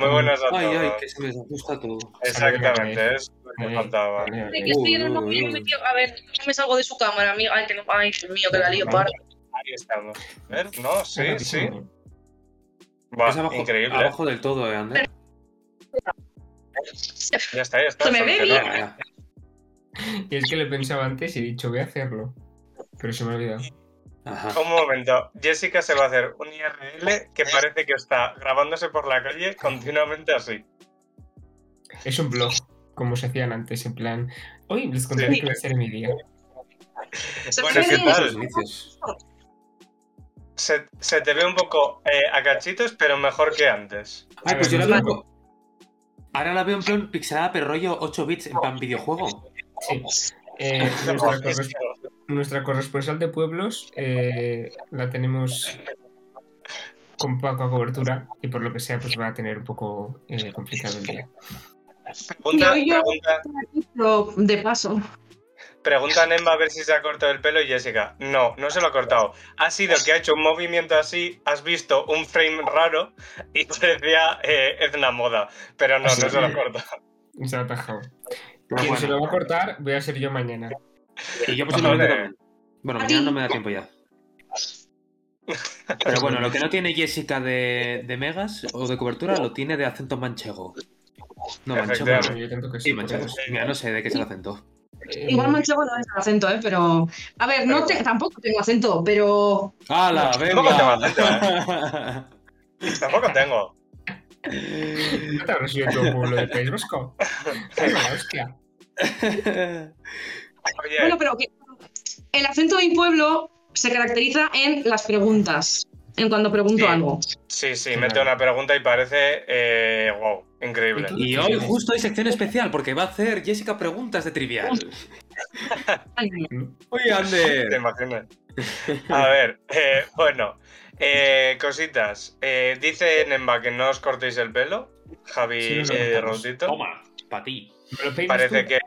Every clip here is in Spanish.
Muy buenas a todos. Ay, ay, que se me desajusta todo. Exactamente, es lo que me faltaba. De que estoy en el móvil y me tío- A ver, yo me salgo de su cámara, amigo. Ay, que no. Ay, Dios mío, que la lío parda. Ahí estamos. A ver, no, sí, sí. es Va, abajo, increíble. abajo del todo, eh, Ander. Ya está, ya está. Se me ve solucionado. Ya, ya. Y es que le pensaba antes y he dicho, voy a hacerlo. Pero se me ha olvidado. Ajá. Un momento, Jessica se va a hacer un IRL que parece que está grabándose por la calle continuamente así. Es un blog, como se hacían antes, en plan. Hoy les contaré Sí. qué va a ser mi día. Se Bueno, me ¿qué ve. Esos tal? inicios. Se, se te ve un poco eh, a cachitos, pero mejor que antes. Ay, pues yo la A ver, veo. Ahora la veo en plan pixelada, pero rollo 8 bits, en plan videojuego. Sí. Eh, nuestra, corres- nuestra corresponsal de pueblos eh, la tenemos con poca cobertura y por lo que sea, pues va a tener un poco eh, complicado el día. Pregunta, Yo- yo- pregunta, Pero de paso. pregunta a Nemba a ver si se ha cortado el pelo y Jessica. No, no se lo ha cortado. Ha sido que ha hecho un movimiento así, has visto un frame raro y parecía eh, Edna Moda. Pero no, no se lo ha cortado. Y Se ha atajado. Pero Quien se lo bueno, va a cortar, voy a ser yo mañana. y yo posiblemente Vale. también. Bueno, mañana no me da tiempo ya. Pero bueno, lo que no tiene Jessica de, de megas o de cobertura lo tiene de acento manchego. No, manchego. Efectivamente. no. Yo tanto que Sí, sí, por manchego. Dios. Mira, no sé de qué es el acento. Eh, Igual manchego no es el acento, ¿eh? Pero. A ver, no te- tampoco tengo acento, pero. ¡Hala, Tampoco tengo acento, venga! ¿eh? Tampoco tengo. ¿No te habrá sido todo un pueblo de País Vasco? ¡Qué mala hostia! Oye, Bueno, pero que- el acento de mi pueblo se caracteriza en las preguntas. En cuando pregunto Sí. algo. sí, sí, mete una pregunta y parece. eh, wow, increíble. Y hoy justo hay sección especial porque va a hacer Jessica preguntas de trivial. Ay, Oye, Te Ander. imaginas. A ver, eh, bueno, eh, cositas. Eh, dice Nemba que no os cortéis el pelo, Javi Sí, nos lo eh, cortamos. Rautito. Toma, para ti. ¿Me lo peinas Parece tú? que.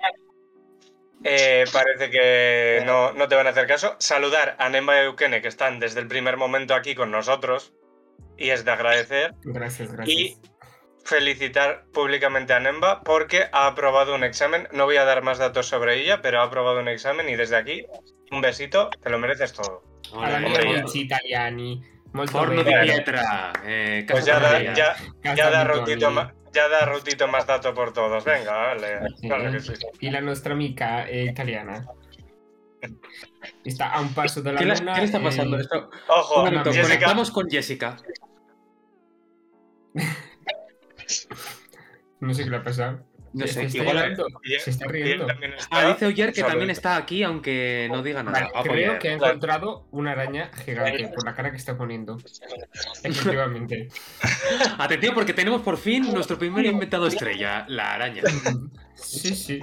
eh, parece que no, no te van a hacer caso. Saludar a Nemba y Eukene, que están desde el primer momento aquí con nosotros, y es de agradecer. Gracias, gracias. Y felicitar públicamente a Nemba porque ha aprobado un examen. No voy a dar más datos sobre ella, pero ha aprobado un examen y desde aquí, un besito, te lo mereces todo. A la Hombre, mia ya. Monchi Italiani. Molto bene. Forno de Claro. pietra. Eh, Pues casa ya da, familiar. ya, Casa ya da di Rautito Tony. ma- ya da Rautito más dato por todos. Venga, vale. Pues Sì, Claro eh. que sí. Y la nostra amica eh, italiana. Está a un paso de la ¿Qué, le, luna. qué le está pasando? eh, Esto- Ojo, Un momento, Jessica. conectamos con Jessica. No sé qué le ha pasado. No Se sé, está igual. llorando, Ye- Se está y él riendo. también está. Ah, dice Oyer que Salud. también está aquí, aunque no diga nada. Vale, Ah, creo Oyer. que ha encontrado una araña gigante por la cara que está poniendo. Efectivamente. Atención, porque tenemos por fin nuestro primer inventado estrella, la araña. Sí, sí.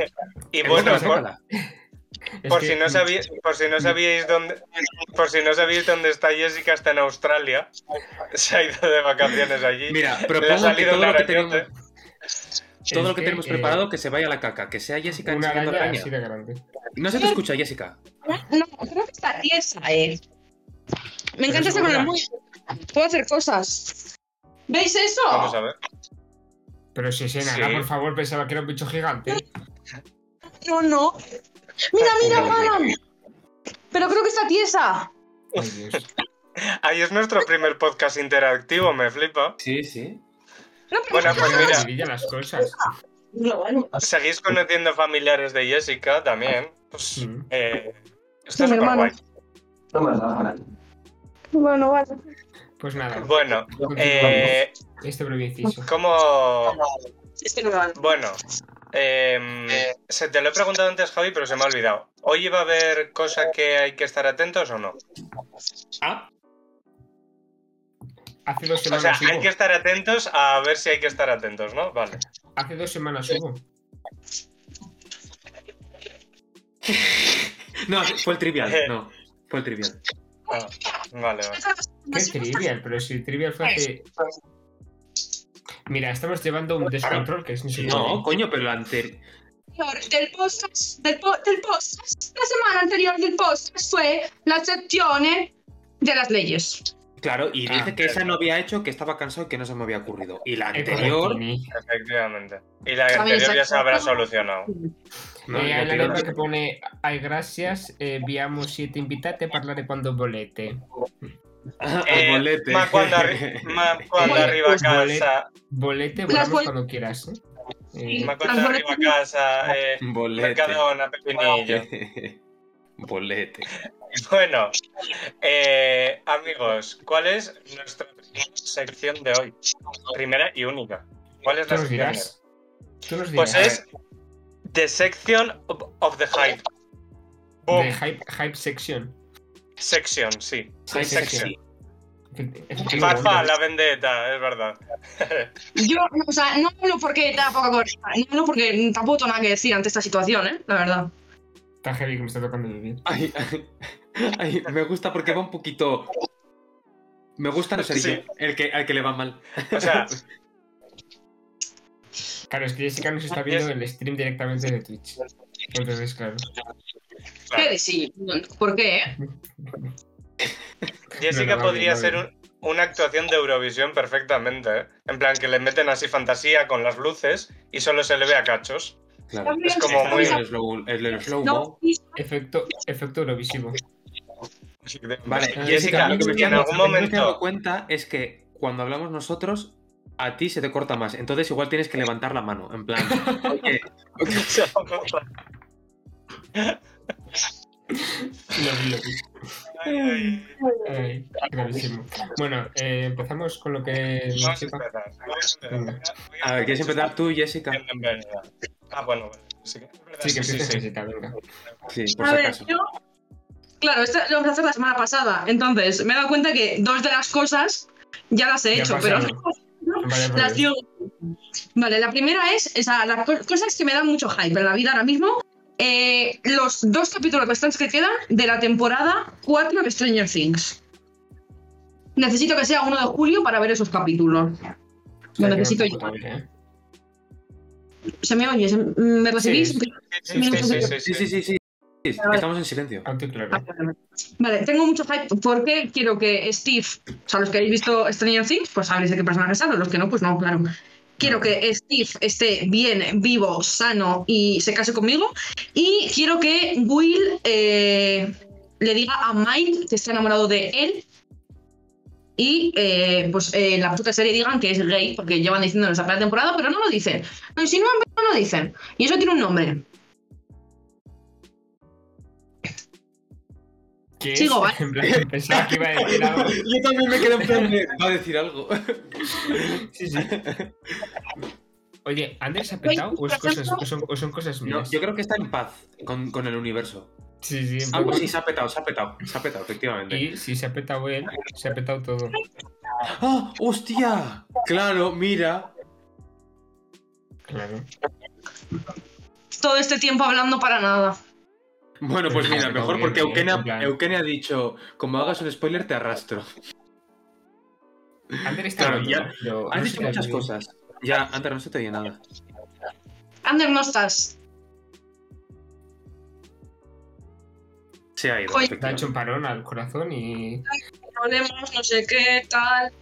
Y Eh, bueno, vamos a por, Sácala. Es por que- si no sabíais, por si no sabíais dónde, por si no sabíais dónde está Jessica, está en Australia. Se ha ido de vacaciones allí. Mira, Le ha propongo que salido todo una lo que arañote. tenemos, todo Es lo que que, tenemos eh, preparado que se vaya a la caca, que sea Jessica Una enseñando araña araña. así de grande. No se te escucha, Jessica. No, creo que está tiesa, eh. Me Pero encanta es estar con el verdad. móvil. Puedo hacer cosas. ¿Veis eso? Vamos a ver. Pero si es enana, Sí. por favor, pensaba que era un bicho gigante. No, no. Mira, mira, Juan. Pero creo que está tiesa. Ay, Dios. Ahí es nuestro primer podcast interactivo, me flipa. Sí, sí. No, pero Bueno, es que pues no mira. es Maravilla las cosas. global. Seguís conociendo familiares de Jessica también. Pues, Mm. eh, Sí, está mi súper hermano. guay. Bueno, vale. Pues nada, Bueno, continuamos. eh, este breve inciso. ¿cómo, Es que no me van. Bueno, em, se te lo he preguntado antes, Javi, pero se me ha olvidado. ¿Hoy iba a haber cosa que hay que estar atentos o no? Ah, Hace dos O sea, semanas hay hubo. que estar atentos a ver si hay que estar atentos, ¿no? Vale. Hace dos semanas hubo. no, fue el trivial, no. Fue el trivial. Ah, vale, vale. Qué trivial, pero si trivial fue hace. Mira, estamos llevando un descontrol que es No, coño, pero la anterior. Del post, del, po- del post, la semana anterior del post fue la sección de las leyes. Claro, y Ah, Eh, dice que esa no había hecho, que estaba cansado y que no se me había ocurrido. Y la anterior. Correctini. Efectivamente. Y la Está bien, anterior ya se exacto. habrá solucionado. No, Eh, la hai la anterior no letra sé. que pone Ai gracias, eh, vi amo siete invitate, parlare quando volete. Ah, Eh, el bolete. Más cuando, arri- más cuando Bolete. arriba casa. Volete, Las volamos bol- cuando quieras. ¿eh? Sí. Eh, Más cuando arriba casa. Eh, Bolete. Mercadona, Pepinillo. Bolete. Bueno, eh, amigos, ¿cuál es nuestra sección de hoy? Primera y única. ¿Cuál es Tú la nos sección? dirás. Tú nos dirás. Pues es The Section of, of the Hype. Boom. De hype, hype section. Section, sí. Sí, sí, Section. sí. Farfa, la vendetta, es verdad. Yo, no, o sea, no hablo porque tampoco correcta, no hablo porque tampoco tengo nada que decir ante esta situación, ¿eh? La verdad. Está heavy que me está tocando vivir. Ay, ay, ay, me gusta porque va un poquito. Me gusta no ser Sí. yo el que, al que le va mal. O sea, Claro, es que Jessica nos está viendo el stream directamente de Twitch. Entonces, claro. Claro. ¿Qué decir? ¿Por qué? eh? Jessica No, no, no, podría no, no. ser un- una actuación de Eurovisión perfectamente. ¿eh? En plan, que le meten así fantasía con las luces y solo se le ve a cachos. Claro. Es como muy- El slow, el, el slow No, mo. Efecto, efecto Eurovisivo. Vale, Jessica, Jessica, lo que me si en en llama- algún algún momento. me he momento. dado cuenta es que cuando hablamos nosotros, a ti se te corta más. Entonces, igual tienes que levantar la mano. En plan. oye, Lo- lo- Ay, ay. Ay, gravísimo. Bueno, eh, empezamos con lo que Vamos nos a iba- empezar, vamos a empezar. Eh, a ver, ¿quieres empezar tú, Jessica? Bienvenida. Ah, bueno, bueno. Sí, que- es verdad, Sí, que sí, empiece sí, sí. Jessica, venga. Sí, por A si ver, acaso. yo. Claro, esto lo empecé a hacer la semana pasada. Entonces, me he dado cuenta que dos de las cosas ya las he Ya hecho, pero pasaron. Vale, vale. las digo. Vale, la primera es, o sea, las co- cosas que me dan mucho hype en la vida ahora mismo. eh, los dos capítulos restantes que quedan de la temporada 4 de Stranger Things. Necesito que sea 1 de julio para ver esos capítulos. Lo necesito yo. Vale, ¿Se me oye? ¿Se- ¿Me recibís? Sí, Sí, sí, sí, sí, sí. Sí, sí, sí, sí. Estamos en silencio. alto y claro. Ah, vale, vale. Vale, tengo mucho hype porque quiero que Steve, o sea, los que habéis visto Stranger Things, pues sabréis de qué personaje es hablo, los que no, pues no, claro. Quiero que Steve esté bien, vivo, sano y se case conmigo. Y quiero que Will eh, le diga a Mike que está enamorado de él. Y eh, pues eh, en la puta serie digan que es gay, porque llevan diciendo en esa primera temporada, pero no lo dicen. Lo insinúan, pero no lo dicen. Y eso tiene un nombre. ¿Qué Sigo, ¿eh? es? ¿vale? En plan, pensaba que iba a decir algo. Yo también me quedé en plan de. Va a decir algo. Sí, sí. Oye, ¿Andrés ha petado o, es cosas, o, son, o son cosas No, mías? yo creo que está en paz con, con el universo. Sí, sí, en Ah, pues plan- sí, se ha petado, se ha petado, se ha petado, efectivamente. Y si se ha petado él, se ha petado todo. ¡Ah! ¡Hostia! Claro, mira. Claro. Todo este tiempo hablando para nada. Bueno, pues mira, Claro, mejor bien, porque bien, Eukene, en plan. ha- Eukene ha dicho: como hagas un spoiler, te arrastro. Andrés está Claro, hablando, ya- pero Has no dicho sé muchas qué. cosas. Ya, antes no se te oye nada. Ander, no estás. Se ha ido. Oye. Te ha hecho efectivamente. un parón al corazón y. problemas, no sé qué, tal.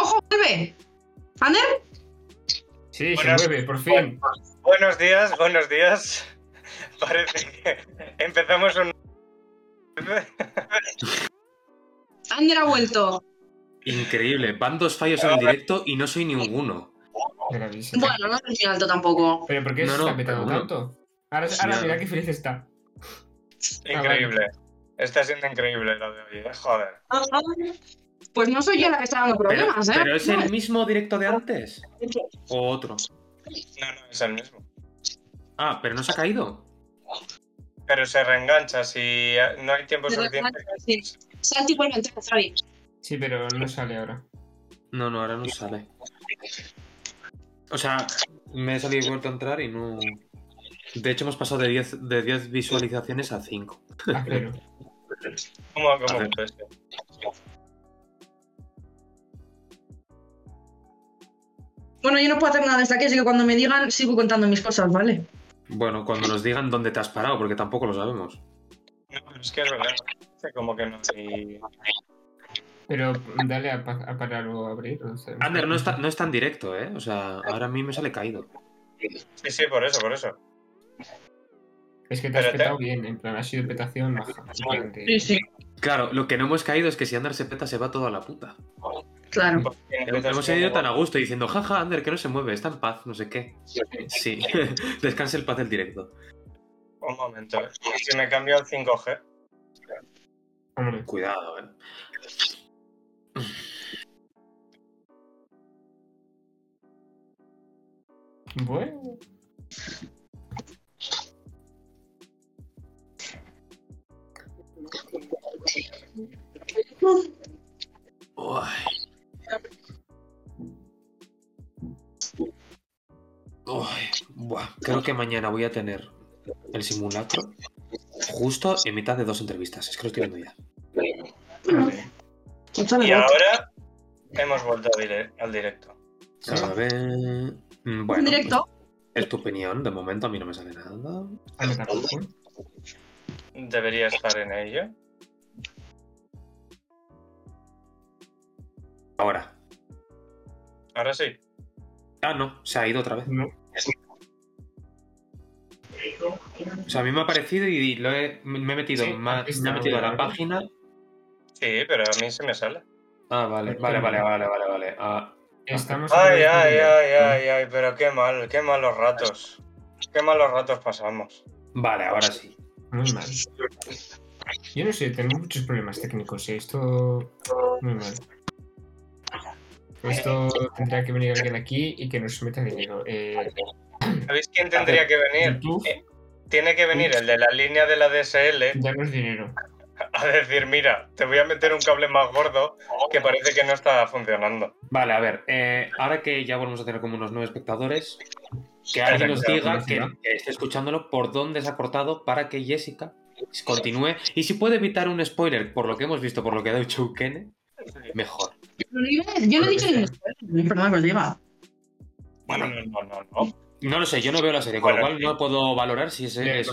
¡Ojo, vuelve! ¿Ander? Sí, Buenas- se mueve, por fin. Buenos días, buenos días. Parece que empezamos un. Ander ha vuelto. Increíble. Van dos fallos en el directo y no soy ninguno. Gravísimo. Bueno, no es muy alto tampoco. Pero ¿por qué No, se no, está petando pero bueno. tanto? Ahora, ahora Ya. mira qué feliz está. Ah, Increíble. Está siendo increíble lo de hoy, eh, joder. Pues no soy yo la que está dando Pero, problemas, ¿eh? ¿pero es el mismo directo de antes. O otro. No, no, es el mismo. Ah, pero no se ha caído. Pero se reengancha si eh, no hay tiempo Se suficiente. reengancha, sí. Santi vuelve a entrar, Javi. Sí, pero no sale ahora. No, no, ahora no sale. O sea, me he salido y vuelto a entrar y no. De hecho, hemos pasado de 10, de 10 visualizaciones a 5. Ah, pero. ¿Cómo, A cómo ver. puede ser? Bueno, yo no puedo hacer nada desde aquí, así que cuando me digan, sigo contando mis cosas, ¿vale? Bueno, cuando nos digan dónde te has parado, porque tampoco lo sabemos. No, pero es que es verdad. parece como que no hay. Pero dale a, pa- a parar o abrir. o sea, Ander, no está, no es tan directo, ¿eh? O sea, ahora a mí me sale caído. Sí, sí, por eso, por eso. Es que te has Pero te- petado bien, en plan, ha sido petación baja. en plan de- Sí, sí, Claro, lo que no hemos caído es que si Ander se peta, se va todo a la puta. claro. Porque Hemos entonces, seguido como- tan a gusto diciendo, jaja, Ander, que no se mueve, está en paz, no sé qué. Sí, descanse el paz del directo. Un momento, ¿eh? si me cambio al 5G. Hombre, Cuidado, ¿eh? bueno. Uy. Uy, buah, creo que mañana voy a tener el simulacro justo en mitad de dos entrevistas. Es que lo estoy viendo ya. Y ahora hemos vuelto a dire- al directo. A ver. mm, En Bueno, directo. pues, es tu opinión. De momento a mí no me sale nada. A mí tampoco. Debería estar en ello. Ahora. Ahora sí. Ah, no, se ha ido otra vez. No. O sea, a mí me ha parecido y lo he- me he metido, Sí, en ma- aquí está, me he metido a la ahora. página. Sí, pero a mí se me sale. Ah, vale, vale, vale, vale, vale, vale. Ah, Estamos. Ay, ay, ay, ay, ay, pero qué mal, qué malos ratos. Qué malos ratos pasamos. vale, ahora sí. Muy mal. Yo no sé, tengo muchos problemas técnicos. ¿eh? Esto. Muy mal. Esto tendrá que venir alguien aquí y que nos meta dinero. Eh, ¿Sabéis quién tendría que venir? YouTube, Tiene que venir el de la línea de la DSL danos dinero. a decir, mira, te voy a meter un cable más gordo que parece que no está funcionando. Vale, a ver, eh, ahora que ya volvemos a tener como unos nueve espectadores, que alguien nos Exacto, diga que, publicidad. que esté escuchándolo por dónde se ha cortado para que Jessica continúe. Y si puede evitar un spoiler por lo que hemos visto, por lo que ha dicho Ukene, mejor. Yo no he dicho ningún perdón que os diga. Bueno, no, no, no, no. No lo sé, yo no veo la serie, con lo Bueno, cual no puedo valorar si ese es.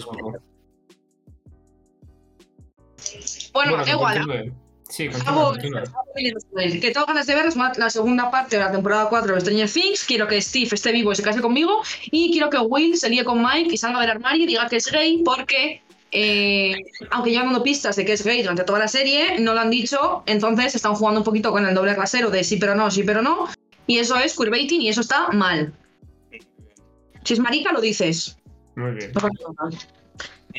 Bueno, que igual. Ah, continúe. Sí, Hago- continúa, continúa. Que tengo ganas de ver es más la segunda parte de la temporada 4 de Stranger Things. Quiero que Steve esté vivo y se case conmigo. Y quiero que Will se líe con Mike y salga del armario y diga que es gay porque, eh, aunque llevan dando pistas de que es gay durante toda la serie, no lo han dicho. Entonces están jugando un poquito con el doble rasero de sí pero no, sí pero no. Y eso es queerbaiting y eso está mal. Si es marica, lo dices. Muy bien.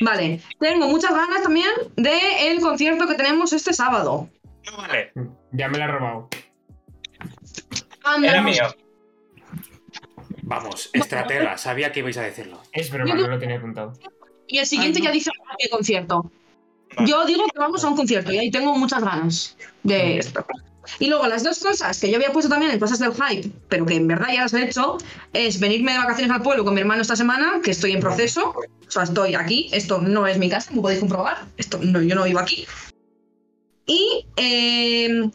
Vale, tengo muchas ganas también del concierto que tenemos este sábado. No vale, Ya me la he robado. Anda, era no- mío. Vamos, estratega, sabía que ibais a decirlo. Es broma, no lo tenía apuntado. Y el siguiente Ah, no. ya dice a qué concierto. Vale. Yo digo que vamos a un concierto y ahí tengo muchas ganas de esto. Y luego las dos cosas que yo había puesto también en cosas del hype, pero que en verdad ya las he hecho, es venirme de vacaciones al pueblo con mi hermano esta semana, que estoy en proceso. O sea, estoy aquí, esto no es mi casa, como podéis comprobar, esto no, yo no vivo aquí. Y eh,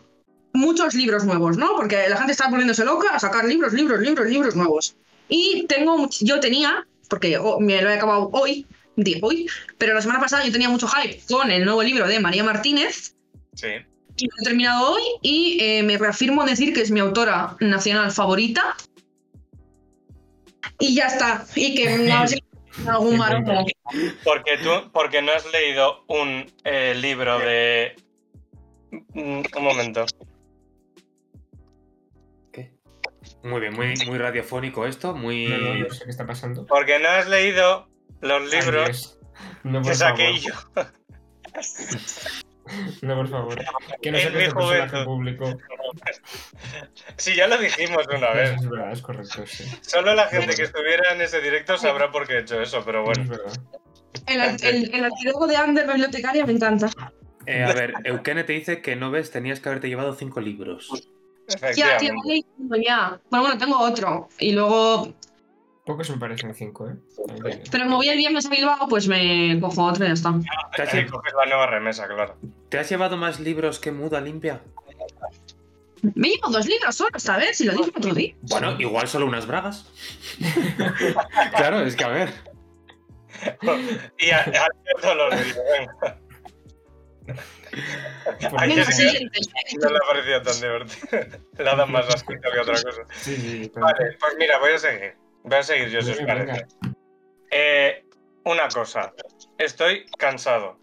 muchos libros nuevos, ¿no? Porque la gente está volviéndose loca a sacar libros, libros, libros, libros nuevos. Y tengo, much- yo tenía, porque oh, me lo he acabado hoy, de hoy, pero la semana pasada yo tenía mucho hype con el nuevo libro de María Martínez, Sí. y lo he terminado hoy y eh, me reafirmo en decir que es mi autora nacional favorita. Y ya está. Y que no sé si hay algún maromo. Porque tú, porque no has leído un eh, libro de. Mm, Un momento. Muy bien, muy, muy radiofónico esto, muy. No, no, no sé qué está pasando. Porque no has leído los libros Andrés, No, que por saqué favor. yo. No, por favor. Que no Es sé mi qué personaje juventud. en público. Sí, ya lo dijimos una Eso vez. es verdad, es correcto, sí. Solo la gente que estuviera en ese directo sabrá por qué he hecho eso, pero Bueno. bueno. Es verdad. El, ar- el, el archivo de Ander, bibliotecaria, me encanta. Eh, a ver, Eukene te dice que no ves, tenías que haberte llevado cinco libros. Pues, Ya, tío, Efectivamente. voy leyendo ya. Bueno, bueno, tengo otro. Y luego. Pocos me parecen cinco, ¿eh? También. Pero como voy el viernes a Bilbao, pues me cojo otro y ya está. Te has, Ahí coges la nueva remesa, claro. ¿Te has llevado más libros que Muda Limpia? Me llevo dos libros solo, esta vez, si lo dije otro día. Bueno, igual solo unas bragas. claro, es que a ver. Y a- a- todos los libros, venga. Por Ay, lo es que- que sea. siguiente. No le ha parecido tan divertido. Le dan más aspecto que otra cosa. Sí, sí, pero- Vale, pues mira, voy a seguir. Voy a seguir yo, si os Venga, venga. parece. Eh, una cosa. Estoy cansado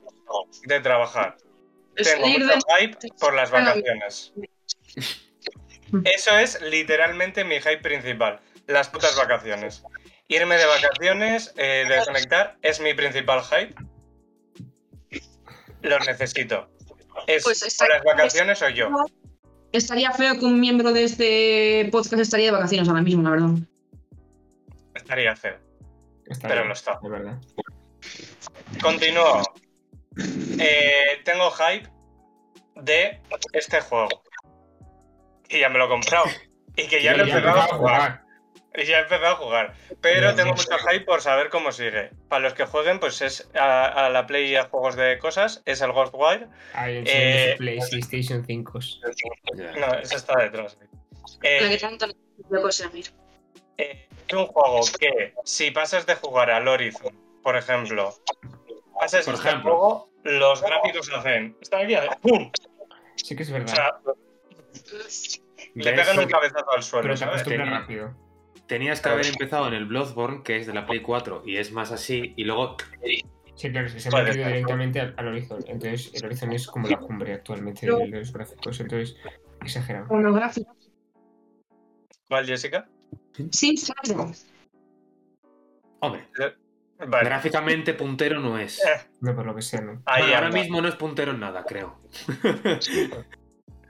de trabajar. Tengo Salir mucho de- este hype por las Bueno, vacaciones. Eso es literalmente mi hype principal. Las putas vacaciones. Irme de vacaciones, eh, desconectar, es mi principal hype. Los necesito. Es Pues está- o las vacaciones o yo. Estaría feo que un miembro de este podcast estaría de vacaciones ahora mismo, la verdad. Estaría feo, Está pero bien, no está. De verdad. Continúo. Eh, tengo hype de este juego. Y ya me lo he comprado. Y que ya lo he Y empezado a empezaba jugar. Y ya he empezado a jugar. Pero Ya, tengo no mucho hype por saber cómo sigue. Para los que jueguen, pues es a, a la Play y a juegos de cosas. Es el Ghostwire. Ay, el Eh, señor Play, PlayStation 5. No, ese está detrás. Eh, La que tanto le cosa, mira. Eh, es un juego que si pasas de jugar al Horizon, por ejemplo, pasas Por este ejemplo. juego, los gráficos hacen. Están aquí, ¡pum! Sí que es O verdad. sea, le ¿Ves? pegan un cabezazo al pero suelo, te pues ¿sabes? acostumbras Tenía- rápido. Tenías que haber empezado en el Bloodborne, que es de la Play 4 y es más así, y luego Sí, claro, es que se Puede ha metido ser. directamente al, al Horizon. Entonces, el Horizon es como la cumbre actualmente No. de los gráficos. Entonces, exagerado. Pornográfico. ¿Cuál, Jessica? Sin saco. Hombre, Vale. gráficamente puntero no es. Eh, No por lo que sea, no. Ahí Bueno, ahora anda. mismo no es puntero en nada, creo.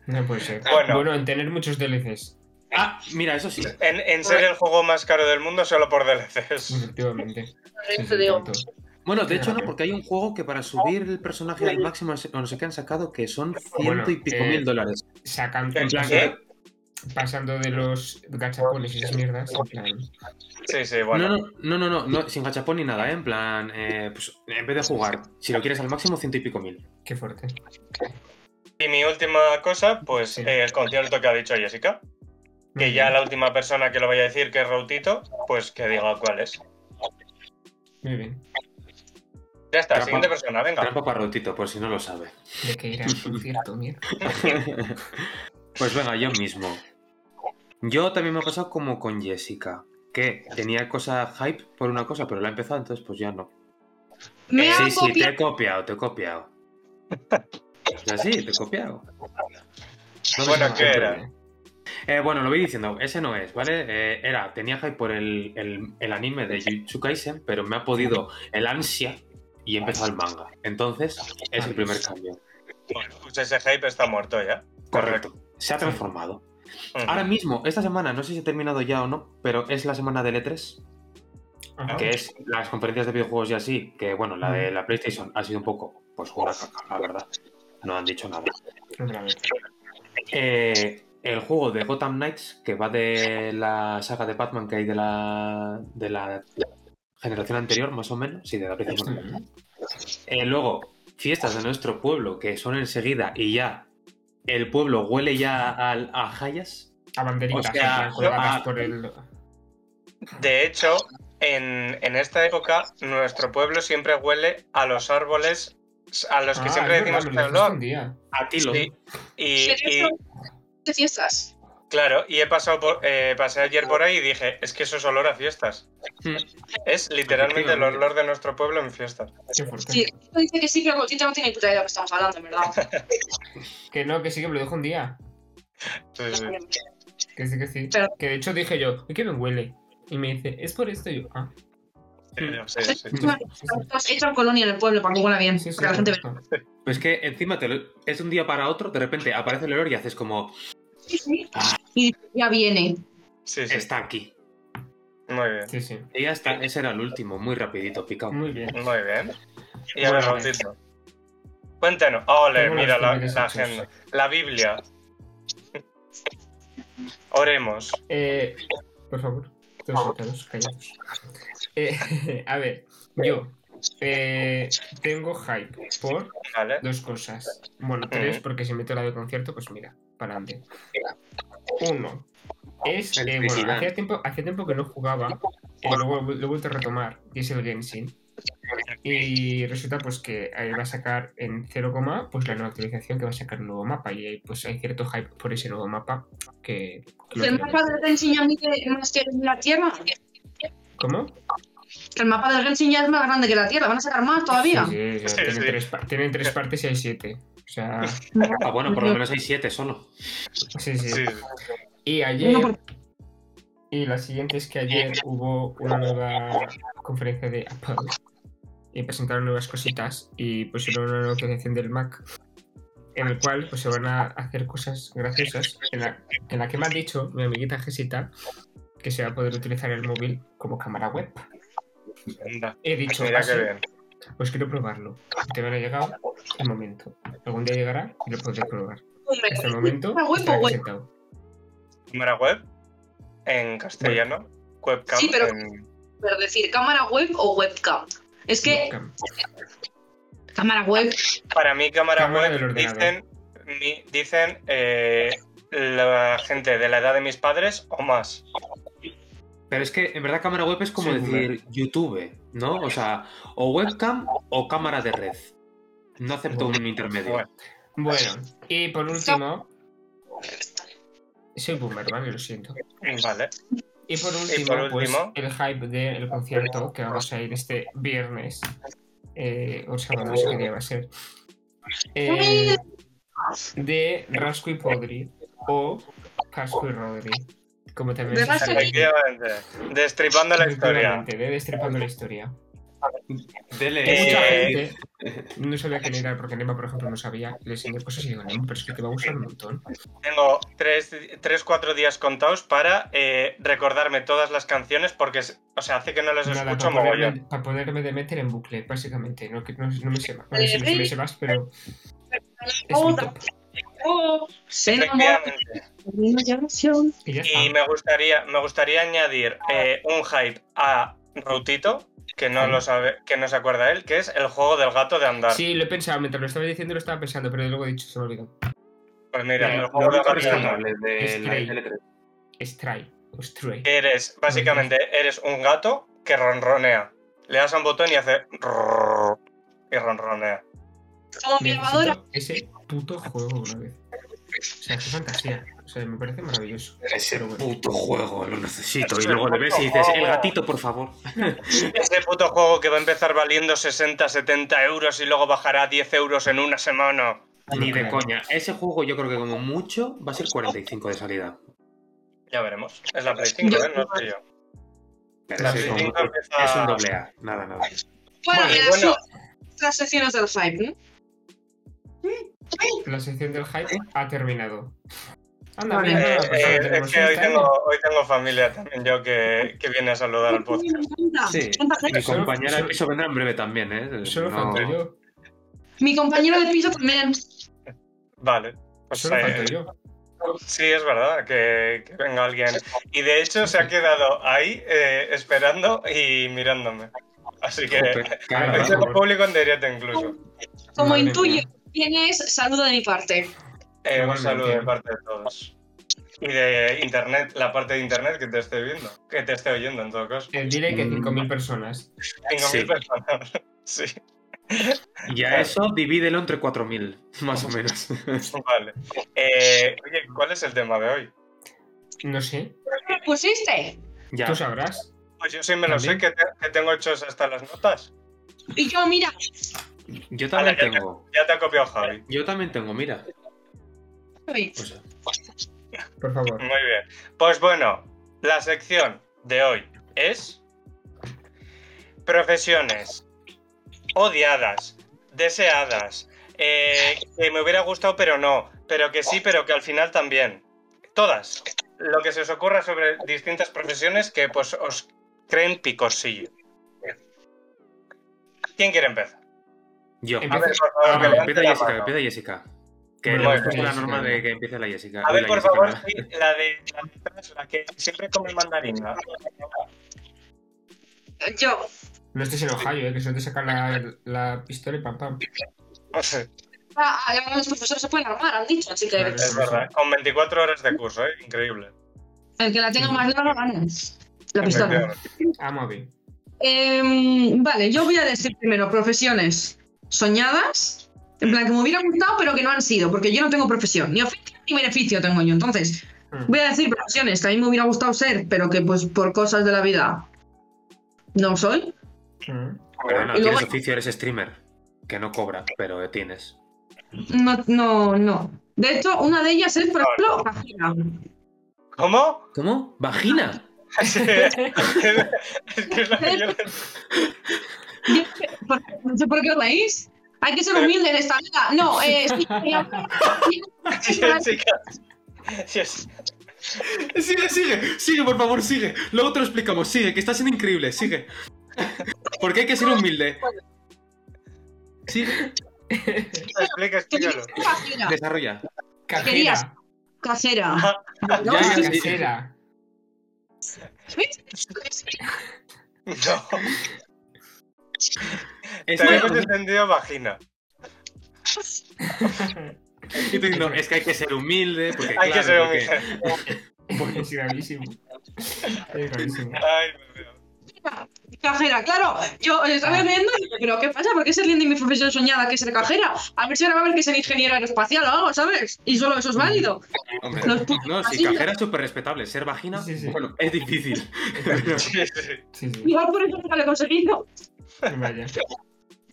No puede ser. Bueno. en tener muchos DLCs, ah, mira, eso sí. En, en ser el juego más caro del mundo solo por DLCs. efectivamente. Sí, sí, Te digo. tanto. Bueno, de hecho no, porque hay un juego que para subir el personaje al máximo o no sé qué han sacado que son ciento y pico eh, mil dólares. Sacando, En plan, pasando, ¿qué? pasando de los gachapones y esas mierdas. en plan, Sí, sí, bueno. No, no, no, no, no, no, sin gachapón ni nada, ¿eh? En plan, eh, pues en vez de jugar, si lo quieres al máximo, ciento y pico mil. Qué fuerte. Y mi última cosa, pues Sí. eh, el concierto que ha dicho Jessica. Que ya la última persona que lo vaya a decir que es Rautito, pues que diga cuál es. Muy bien. Ya está, Trampa. siguiente persona, venga. Trampa para Rotito, por si no lo sabe. De que ir al concierto, mierda. Pues venga, yo mismo. Yo también me ha pasado como con Jessica, que tenía cosa hype por una cosa, pero la he empezado, entonces pues ya no. Me Eh, han Sí, sí, te he copiado. copiado, te he copiado. Es así, te he copiado. No me Bueno, sale ¿qué el era? nombre. Eh, bueno, lo voy diciendo, ese no es, ¿vale? Eh, era, tenía hype por el, el- el anime de Jujutsu Kaisen, pero me ha podido el ansia y he empezado el manga. Entonces, es el primer cambio. Bueno, pues ese hype está muerto ya. Correcto. Se ha transformado. Ahora mismo, esta semana, no sé si he terminado ya o no, pero es la semana del E3, Ajá. que es las conferencias de videojuegos y así, que bueno, la de la PlayStation ha sido un poco, pues una caca, la verdad. No han dicho nada. Otra vez. Eh, el juego de Gotham Knights, que va de la saga de Batman que hay de la, de la generación anterior, más o menos, sí, de la PlayStation Mm. eh, luego, fiestas de nuestro pueblo, que son enseguida y ya. El pueblo huele ya al- a Hayas. A banderitas O sea, en plan, colgadas ah. por el. De hecho, en, en esta época, nuestro pueblo siempre huele a los árboles a los que Ah, siempre es verdad, decimos me que lo dijiste un día. A ti lo. Sí. Y, y- ¿Serio? ¿De fiestas? claro, y he pasado por, eh, pasé ayer por ahí y dije, es que eso es olor a fiestas. Hmm. Mm. Es literalmente el olor de nuestro pueblo en fiestas. Qué fuerte. Sí, esto dice que sí, pero Gotita no tiene ni puta idea de lo que estamos hablando, en verdad. Que no, que sí que me lo dijo un día. Sí, sí. Que sí, que sí. Pero- Que de hecho dije yo, "Uy, que me huele. Y me dice, es por esto. Y yo, ah, Sí, sí, sí. Estás hecho en colonia en el pueblo para que huela bien, sí, sí, para que la gente justo. Pues que encima te lo- es de un día para otro, de repente aparece el olor y haces como. Ah. vea. Y ya viene. Sí, sí. Está aquí. Muy bien. Sí, sí. Y ya está. Ese era el último, muy rapidito, picado. Muy bien. Muy bien. Y a ver, Bueno, Rautito. Cuéntanos. Ole, Tengo unos mira la, primeros la hechos. agenda. La Biblia. Oremos. Eh, por favor, todos sentados, callados. Eh, a ver, yo eh, tengo hype por ¿Vale? dos cosas. Bueno, tres, Ujú. porque si meto la de concierto, pues mira, para adelante. Uno, es. El eh, bueno, Felicidad. hacía tiempo, hacía tiempo que no jugaba, pero luego lo he vuelto a retomar, y es el Genshin. Y resulta pues que ahí va a sacar en 0, pues la nueva actualización que va a sacar un nuevo mapa. Y ahí, pues hay cierto hype por ese nuevo mapa que. que lo ¿El tiene. mapa del Genshin ya mide más que la Tierra? ¿Cómo? Que el mapa del Genshin ya es más grande que la Tierra. ¿Van a sacar más todavía? Sí, sí, o sea, Sí, tienen, sí. Tres, pa- tienen tres partes y hay siete. O sea, Ah, bueno, por lo menos hay siete solo. sí, sí. Sí, Y Uno ayer. por- Y la siguiente es que ayer Eh, hubo una nueva conferencia de Apple. Y presentaron nuevas cositas y pusieron una nueva actualización del Mac. En el cual pues, se van a hacer cosas graciosas. En la, en la que me ha dicho mi amiguita Gesita que se va a poder utilizar el móvil como cámara web. anda. He dicho, Mira "Ah, qué sí, bien. pues quiero probarlo. Te habrá llegado el momento. Algún día llegará y lo podré probar. Hombre, Hasta el momento ¿Cámara web está o web? presentado. Cámara web en castellano. Webcam Sí, pero- en- Pero decir, ¿cámara web o webcam? Es que Webcam. cámara web Para mí, cámara, Cámara del web ordenador. dicen, mi- dicen eh, la gente de la edad de mis padres o más. Pero es que en verdad cámara web es como Sí, decir YouTube, ¿no? O sea, o webcam o cámara de red. No acepto un intermedio. Bueno. Bueno, y por último. Soy boomer, ¿vale? Lo siento. Vale. Y por último, por pues, último- el hype del concierto que vamos a ir este viernes. Eh, o sábado, no sé qué día va a ser. Eh, de Rasco y Podri o Casco y Rodri. Como también De se Rasco y- sabe. Efectivamente. Destripando la historia. Efectivamente, de Destripando la historia. Eh, Hay mucha eh, gente. No sabía quién era, porque Nema, por ejemplo, no sabía. Le enseñé cosas y digo, no, pero es que te va a gustar un montón. Tengo tres, tres, cuatro días contados para eh, recordarme todas las canciones porque, es- o sea, hace que no las Nada, Pues escucho para, mogollón. ponerme, para ponerme de meter en bucle, básicamente. No, que no, no me sé más. Bueno, sí, sí me sé más, pero. Es mi top. Oh, se enamora Efectivamente. de una generación. Y ya Y está. me gustaría, me gustaría añadir eh, un hype a Rutito, que no Sí. lo sabe, que no se acuerda él, que es el juego del gato de andar. Sí, lo he pensado. Mientras lo estaba diciendo, lo estaba pensando, pero luego he dicho, se me olvidó. Pues mira, Venga, el juego del Rutito gato de andar. rescatable de la Stray. L3. Stray. O Stray. que eres, básicamente, eres un gato que ronronea. Le das a un botón y hace rrrr y ronronea. Como mi lavadora. Necesito Ese puto juego una vez. O sea, qué fantasía. O sea, me parece maravilloso. Ese Pero bueno. puto juego, lo necesito. Y Ese luego le ves y puto dices, el juego. gatito, por favor. Ese puto juego que va a empezar valiendo 60, 70 euros y luego bajará a 10 euros en una semana. Ni de Claro. coña. Ese juego yo creo que como mucho va a ser 45 de salida. Ya veremos. Es la Play 5, ¿eh? No sé yo. Pero La sí, Play como 5 mucho- empieza... Es un doble A. Nada, nada. Bueno, Vale, las bueno. otras secciones del hype, ¿no? La sección del ¿Eh? hype ha terminado. Anda, Vale. mira, Eh, una Pues persona eh, tenemos es que hoy esta, ¿eh? tengo, hoy tengo familia también, yo que, que viene a saludar al podcast. Sí, ¿Cuánta mi gente? Solo- compañera de solo- piso vendrá en breve también, ¿eh? Solo No- falto yo. Mi compañero de piso también. Vale. Pues, Solo eh, falto yo. sí, es verdad, que, que venga alguien. Y de hecho se ha quedado ahí eh, esperando y mirándome. Así que Joder, hoy caramba. Eso- tengo público en directo incluso. Como Madre intuye mía. quién es, saludo de mi parte. Eh, un Igualmente. saludo de parte de todos. Y de internet, la parte de internet que te estoy viendo, que te estoy oyendo en todo caso. Te Eh, diré que Mm. 5.000 personas. 5.000 Sí. personas. Sí, Y a eso divídelo entre 4.000, más o menos. vale. Eh, oye, ¿cuál es el tema de hoy? No sé. ¿Qué pusiste? ya. Tú sabrás. Pues yo sí me lo sé, ¿También? que, te- que tengo hechos hasta las notas. Y yo, mira, Yo también Ala, ya te- tengo. Ya te ha copiado Javi. Yo también tengo, mira. uy, O sea, Por favor. Mm. Muy bien. Pues bueno, la sección de hoy es profesiones odiadas, deseadas, eh, que me hubiera gustado pero no, pero que sí, pero que al final también. Todas. Lo que se os ocurra sobre distintas profesiones que pues os creen picosillo. ¿Quién quiere empezar? yo. A ver, Empieza- por favor, Ah, que vale, levante empieza la Jessica, mano. empieza Jessica. Que Bueno, le pues hemos puesto la Jessica, norma venga. de que empiece la Jessica. A Uy, ver, la por Jessica, favor, ¿verdad? sí, la de la de atrás, la que siempre come mandarina. yo. No estés en Ohio, ¿eh? que solo te sacan la, la pistola y pam pam. Ah, ah, los profesores se pueden armar, han dicho, así que Vale. Es verdad, ¿eh? con 24 horas de curso, ¿eh? increíble. Ah, el que la tenga más larga gana. La pistola. Amo a mí. Em, vale, yo voy a decir primero profesiones soñadas, en plan que me hubiera gustado pero que no han sido, porque yo no tengo profesión, ni oficio ni beneficio tengo yo. Entonces, Mm. voy a decir profesiones que a mí me hubiera gustado ser, pero que pues por cosas de la vida no soy. Mm. Bueno, Y luego- tienes oficio, eres streamer. Que no cobra, pero tienes. No, no, no. De hecho, una de ellas es, por ejemplo, cajera. ¿Cómo? ¿Cómo? ¿Vagina? es que es la que yo- Yo por- No sé por qué os reís. Hay que ser humilde en esta vida. No, eh, sí, Chicas, chicas. Yes. Sigue, sigue, sigue, por favor, sigue. Luego te lo explicamos, sigue, que está siendo increíble, sigue. Porque hay que ser humilde. Sigue, Explica, explícalo. cajera. desarrolla. Querías. Cajera. Casera. ¿No? Ya, ya, sí. Cajera. ¿Ves? No. Es Te habíamos entendido vagina. que, no, es que hay que ser humilde, porque eh, Hay que claro, ser porque- humilde. Es gravísimo. Es gravísimo. Ay, Dios mío. Cajera, claro. Yo Ah. estaba viendo y yo, pero ¿qué pasa? ¿Por qué se ríen de mi profesión soñada que es ser cajera? A ver si ahora va a ver que es el ingeniero aeroespacial o algo, ¿sabes? Y solo Mm. eso es válido. Hombre, Los putos no, sí, pasillos. cajera es súper respetable. Ser vagina, Sí, sí. bueno, es difícil. Sí, sí. Sí, sí. Igual por eso nunca lo he conseguido. Vaya.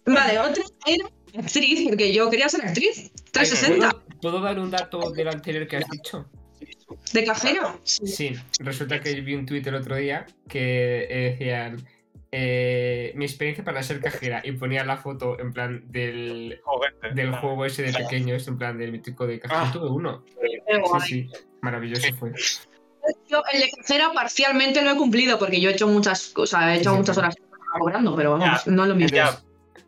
Vale, otra era actriz, porque yo quería ser actriz. 360, ¿Puedo- ¿Puedo dar un dato del anterior que has dicho? de cajera. Sí, resulta que vi un tuit el otro día que eh, decían eh, mi experiencia para ser cajera y ponía la foto en plan del, Juguete. del juego ese de pequeños, en plan del mítico de cajera. Ah. Tuve uno. Qué guay. Sí, sí, maravilloso fue. Yo el de cajera parcialmente lo he cumplido porque yo he hecho muchas cosas, he hecho Sí, sí. muchas horas laborando, pero vamos, no es lo mismo. Ya,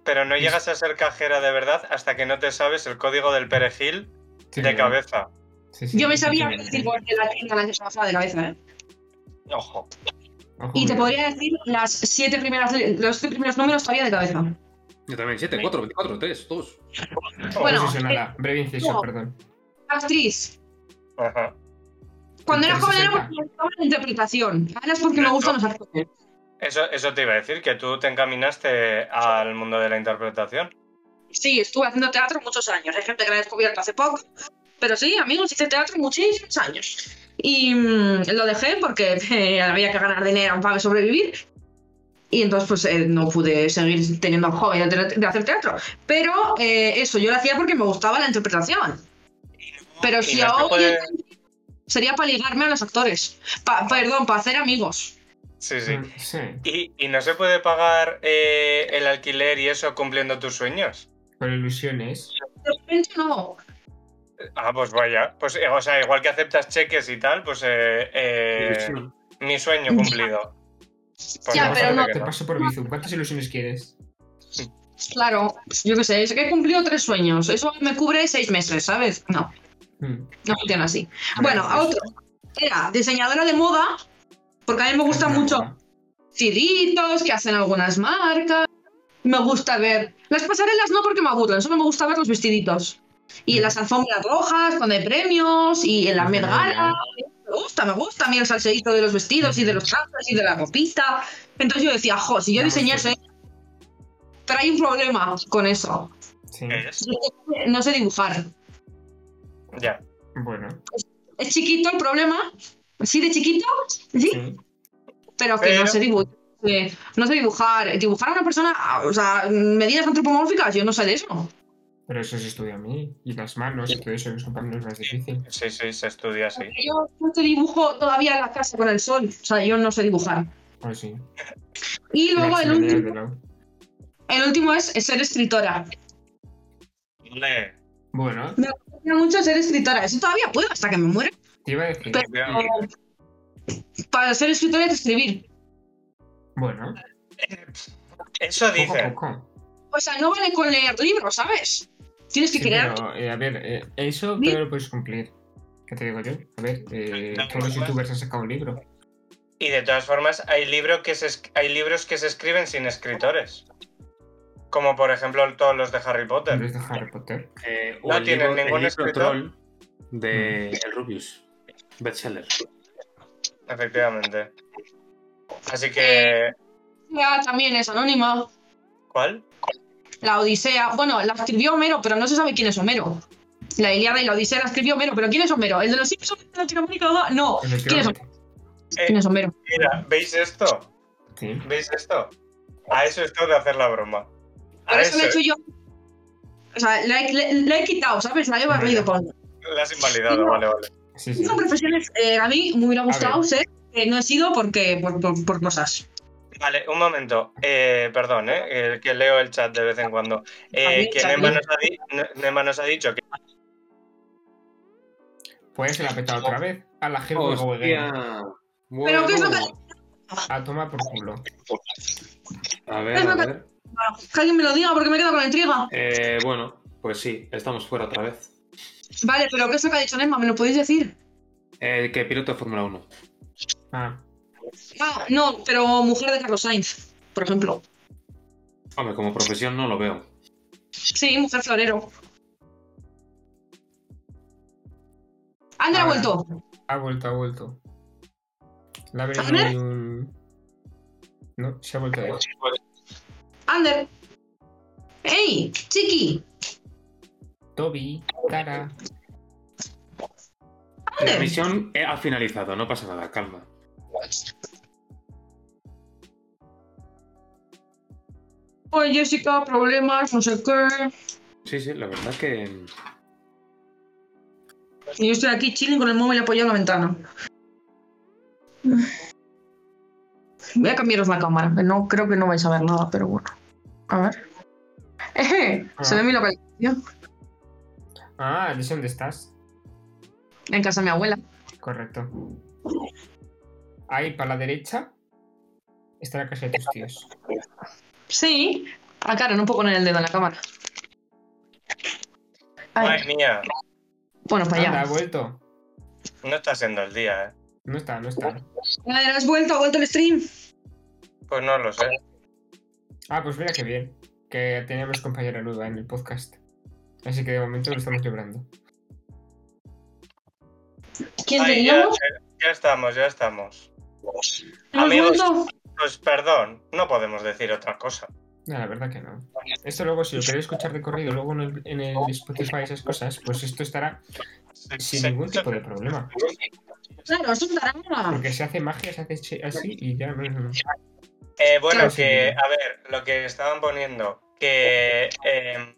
pero no llegas a ser cajera de verdad hasta que no te sabes el código del perejil Sí, de sí. cabeza. Sí, sí, Yo me sí, sabía sí. el círculo de la tienda la que se me bajaba de cabeza, ¿eh? Ojo. Ojo, Y te mira. podría decir las siete primeras, los siete primeros números todavía de cabeza. Yo también, 7, 4, Eh, 24, 3, 2. Bueno, Inciso, Pues nada, breve inciso, no. perdón. Actriz. Ajá. Cuando era joven 360. era porque me gustaba la interpretación. Ahora es porque me gustan los actores. Eso, eso te iba a decir, que tú te encaminaste al mundo de la interpretación. Sí, estuve haciendo teatro muchos años. Hay gente que la ha descubierto hace poco. Pero sí, amigos, hice teatro muchísimos años. Y mm, lo dejé porque eh, había que ganar dinero para sobrevivir. Y entonces pues eh, no pude seguir teniendo hobby de, de hacer teatro. Pero eh, eso, yo lo hacía porque me gustaba la interpretación. Pero Y si no se ahora puede- sería para ligarme a los actores. Pa- perdón, para hacer amigos. Sí, sí. Mm, Sí, ¿Y, y no se puede pagar eh, el alquiler y eso cumpliendo tus sueños? con ilusiones. De momento no. Ah, pues vaya. Pues, eh, o sea, igual que aceptas cheques y tal, pues eh, eh, Ilusión. mi sueño cumplido. Pues Ya, no, pero parece no- que Te paso por Bizum. ¿Cuántas ilusiones quieres? Claro, yo qué sé, es que he cumplido tres sueños. Eso me cubre seis meses, ¿sabes? No. Mm. No funciona así. Bueno, Vale, otro. Era diseñadora de moda, porque a mí me gustan Una mucho boda. ciritos que hacen algunas marcas. Me gusta ver. Las pasarelas no porque me aburren, solo me gusta ver los vestiditos. Y las alfombras rojas, cuando hay premios, y en la Met Gala. Me gusta, me gusta a mí el salseíto de los vestidos y de los trajes y de la ropita. Entonces yo decía, jo, si yo Vamos, diseñase. Pero hay un problema con eso. Sí, es. No sé dibujar. Ya. bueno. Es chiquito el problema. Sí, de chiquito. Sí, Sí. pero que no Pero- sé dibujar. no sé dibujar. Dibujar a una persona, ah, o sea, medidas antropomórficas, yo no sé de eso. Pero eso se estudia a mí. Y las manos y todo eso, que es un poco más difícil. Sí, sí, se estudia así. Porque Yo no te dibujo todavía la casa con el sol. O sea, yo no sé dibujar. Pues sí. Y luego Las el maneras último, de lado. el último es ser escritora. Vale. Bueno, Me gusta mucho ser escritora. Eso todavía puedo hasta que me muera. te iba a decir. Pero- Ya. Para ser escritora hay que escribir. Bueno, Eso poco a dicen. poco. O sea, no vale con leer libros, ¿sabes? Tienes que Sí, crear. pero, eh, a ver, eh, eso Di- todavía lo puedes cumplir. ¿Qué te digo yo? A ver, eh, No, todos los no, no. youtubers han sacado un libro. Y de todas formas, hay, libro que se, es- hay libros que se escriben sin escritores. Como por ejemplo todos los de Harry Potter. Los de Harry Potter. Eh, o No el tienen libro- el ningún libro escritor. troll de el Rubius. Bestseller. Eh. Efectivamente. Así que Odisea también es anónima. ¿Cuál? La Odisea, bueno, la escribió Homero, pero no se sabe quién es Homero. La Ilíada y la Odisea la escribió Homero, pero ¿quién es Homero? ¿El de los Simpsons de Latinoamérica? No, ¿quién es Homero? Eh, ¿Quién es Homero? Mira, ¿veis esto? Sí. ¿Veis esto? A eso es todo de hacer la broma. A Por eso lo he eso hecho yo. O sea, la he, le- la he quitado, ¿sabes? La he barrido con. la has invalidado, No. vale, vale. Sí, sí. Son profesiones, eh, a mí me hubiera A gustado ver. ser, que no he sido porque por, por- por cosas. Vale, un momento. Eh, perdón, eh, eh, que leo el chat de vez en cuando. Eh, También, que Nema nos, ha di- Ne- Nema nos ha dicho que Pues se la ha petado otra vez. A la gente Hostia. Pero ¿qué es lo que- Bueno. A tomar por culo. A ¿Qué ver, es a lo que- ver. Que alguien me lo diga porque me quedo con la intriga. Eh, bueno, pues sí, estamos fuera otra vez. Vale, pero ¿qué es lo que ha dicho Nesma? ¿Me lo podéis decir? El Eh, que piloto de Fórmula 1. Ah, Ah, no, pero mujer de Carlos Sainz, por ejemplo. Hombre, como profesión no lo veo. Sí, mujer florero. Ander ha Ah. vuelto. ha vuelto, ha vuelto. La ha venido ¿Ander? un. No, se ha vuelto a ir. Ander. ¡Ey! ¡Chiqui! Toby, Tara. La ¡Ander! misión eh, ha finalizado, no pasa nada, calma. Oye, Jessica, problemas, no sé qué. Sí, sí, la verdad que. Y yo estoy aquí chilling con el móvil apoyado en la ventana. Voy a cambiaros la cámara, que no creo que no vais a ver nada, pero bueno. A ver. Eje, Se ve mi localización Ah, ¿de dónde estás? en casa de mi abuela. Correcto. Ahí, para la derecha, está la casa de tus tíos. Sí. Ah, claro, no puedo poner el dedo en la cámara. Ay, Madre mía, bueno, pues para Anda, ha pues. allá. vuelto. no está siendo el día, ¿eh? No está, no está. A ver, ¿Has vuelto? ¿Ha vuelto el stream? Pues no lo sé. Ah, pues mira qué bien. Que teníamos compañera nueva en el podcast. Así que de momento lo estamos librando. ¿Quién Ay, ya, teníamos? ya estamos, ya estamos. ¿Hemos amigos. vuelto? Pues perdón, no podemos decir otra cosa. No, la verdad que no. Esto luego, si lo queréis escuchar de corrido, luego en el, en Oh. el Spotify, esas cosas, pues esto estará Se- sin se- ningún se- tipo de problema. Claro, es un tarama. Porque se hace magia, se hace ch- así y ya. no, no, no. Eh, bueno, Claro. que, a ver, lo que estaban poniendo, que eh,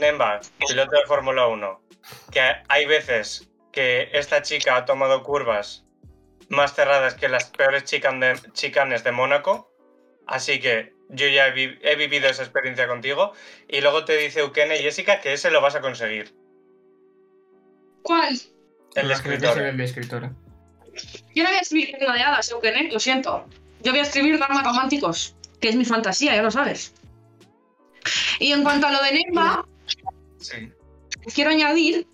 Nemba, piloto de Fórmula 1, que hay veces que esta chica ha tomado curvas más cerradas que las peores chican de- chicanes de Mónaco, así que yo ya he, vi- he vivido esa experiencia contigo, y luego te dice Ukene, Jessica, que ese lo vas a conseguir, ¿Cuál? el Creo que es escritor. ¿eh? El de escritora. Yo no voy a escribir nada de hadas, Eugen, ¿eh? lo siento. Yo voy a escribir dramas románticos, que es mi fantasía, ya lo sabes. Y en cuanto a lo de Nemba, Sí. quiero añadir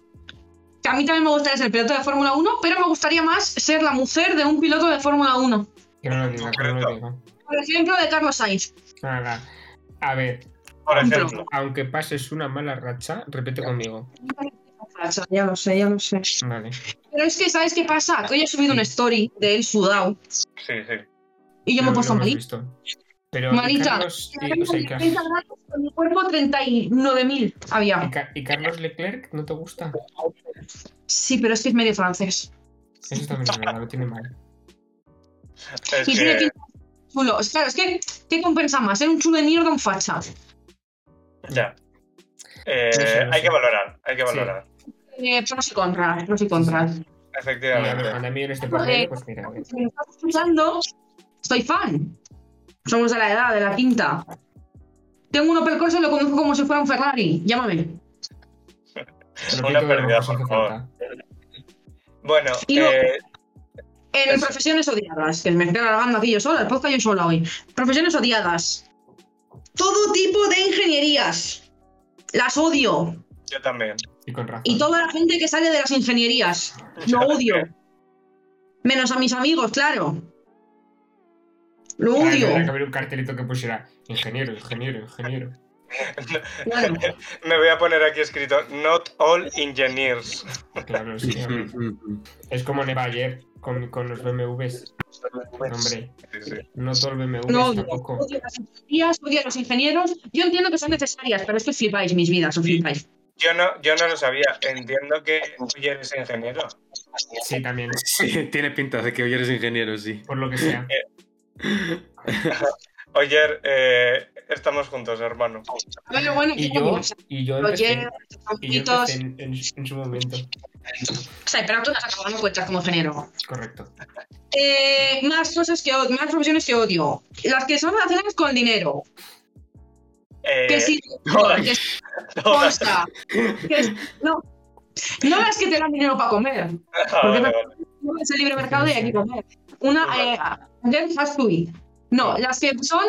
que a mí también me gustaría ser piloto de Fórmula 1, pero me gustaría más ser la mujer de un piloto de Fórmula 1. Que no lo diga, que no lo diga. Por ejemplo, de Carlos Sainz. Nada. A ver, Por Ejemplo. ejemplo, aunque pases una mala racha, repite conmigo. Ya lo sé, ya lo sé. Vale. Pero es que, ¿sabes qué pasa? Que hoy he subido una story de él sudado sí, sí. y yo me he No, puesto no hemos malita. visto. Pero. ¿y Malita. Carlos, pues y, o sea, y Car- 30 grados, con mi cuerpo 39.000 y había. Ca- y Carlos Leclerc no te gusta? Sí, pero es que es medio francés. Eso también es verdad, lo tiene mal. Es Y tiene que- pinta de chulo. Claro, es que, ¿qué compensa más? ¿Ser un chulo de mierda o un facha? Ya. Eh, No sé, no hay sé. que valorar, hay que Sí. valorar. Eh, pros y contras, pros y contras. Y a ver, Efectivamente. cuando a mí en este papel, pues mira. a ver. Si me estás escuchando, soy fan. Somos de la edad, de la quinta. Tengo un Opel Corsa y lo conduzco como si fuera un Ferrari. Llámame. Repito Una lo pérdida, que se por hace favor. falta. Bueno, Y luego- eh, En Eso. profesiones odiadas, que me estoy alargando aquí yo sola, el podcast yo sola hoy. Profesiones odiadas. Todo tipo de ingenierías. Las odio. yo también. Y con razón. Y toda la gente que sale de las ingenierías. Yo Lo también. odio. Menos a mis amigos, claro. Lo Ah, odio. Tendría que haber un cartelito que pusiera ingeniero, ingeniero, ingeniero. Claro. Me voy a poner aquí escrito Not all engineers. Claro, sí. hombre. Mm, mm, mm. es como Neva ayer. con, con los BMWs. Hombre, Sí, sí. no todo el BMW No, no, tampoco. odio las ingenierías, odio a los ingenieros. Yo entiendo que son necesarias, pero es que os flipáis mis vidas, os flipáis. Yo no, yo no lo sabía. Entiendo que tú ya eres ingeniero. Sí, también, Sí, tiene pinta de que hoy eres ingeniero, sí. por lo que sea. Oyer, eh, estamos juntos, hermano. Pero bueno, Y yo, yo, o sea, y yo oye, empecé, y yo poquitos- empecé en, en- en su momento. O sea, pero tú te has acabado cuentas como ingeniero. Correcto. Eh, más cosas que odio, más profesiones que odio. Las que son relacionadas con el dinero. Eh, Que sí, todas. que todas. consta. Que- no. No las que te dan dinero para comer. Ah, vale, vale. No es el libre mercado y hay que comer. Una, eh, del fast food. No, las que son.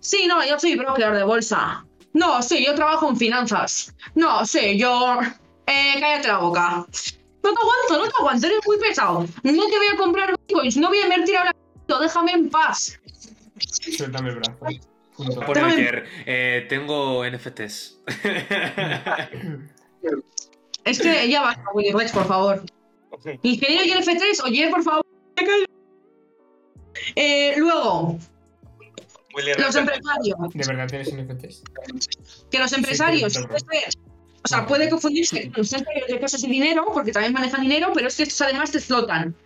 Sí, no, yo soy broker de bolsa. No, sí, yo trabajo en finanzas. No, sí, yo. Eh, cállate la boca. No te aguanto, no te aguanto, eres muy pesado. No te voy a comprar bitcoins, no voy a invertir ahora. mismo, Déjame en paz. Suéltame el brazo. Punto. Por el que, eh, tengo NFTs. Es que ya basta, Willy Rex, por favor. Ingeniero y F3, oye, por favor. me callo. Eh, luego, Willy los Rex, empresarios. ¿De verdad tienes NFTs? que los empresarios, Sí, pero no. puede ser- o sea, puede confundirse con los empresarios de casas y dinero, porque también manejan dinero, pero es que estos además te explotan.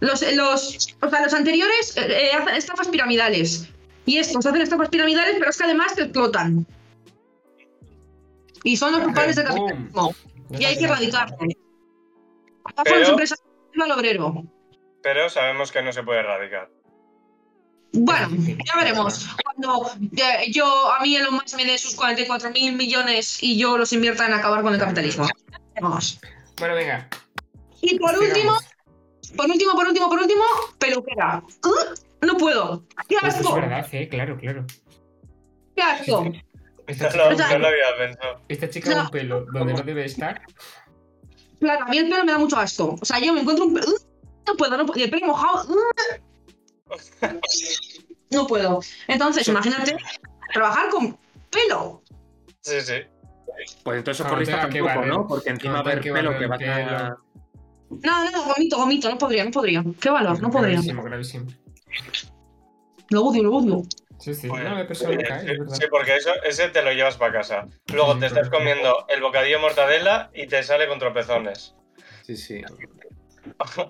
Los, eh, los, o sea, los anteriores eh, eh, hacen estafas piramidales. Y estos hacen estafas piramidales, pero es que además te explotan. Y son los culpables del Boom. capitalismo. Y hay que erradicar. erradicarlo. Estafa a los Pero- empresarios y al obrero. Pero sabemos que no se puede erradicar. Bueno, Pero, en fin, ya veremos. Cuando eh, yo, a mí Elon Musk me dé sus 44 mil millones y yo los invierta en acabar con el capitalismo. Ya veremos. Bueno, venga. Y por último, sigamos. por último, por último, por último, peluquera. ¡Uh! No puedo. ¡Qué Esto es asco! verdad, eh, claro, claro. ¡Qué asco! Esta No, lo- chica, no sea, lo había pensado. esta chica no. un pelo donde no debe estar. Claro, a mí el pelo me da mucho asco. O sea, yo me encuentro un pelo. No puedo, no puedo. Y el pelo mojado. ¡uh! No puedo. Entonces, imagínate trabajar con pelo. Sí, sí. Pues entonces Cuando corriste tenga hasta que poco, barrer. ¿no? Porque encima Cuando ver tenga que pelo barrer que va a el pelo. tener. No, no, gomito, gomito. No podría, no podría. Qué valor, no podría. Gravísimo, gravísimo. Lo odio, lo odio. Sí, sí. Bueno, no me he pensado nunca, eh, Sí, es verdad. sí, porque eso, ese te lo llevas para casa. Luego Sí, te estás correcto. comiendo el bocadillo de mortadela y te sale con tropezones. Sí, sí.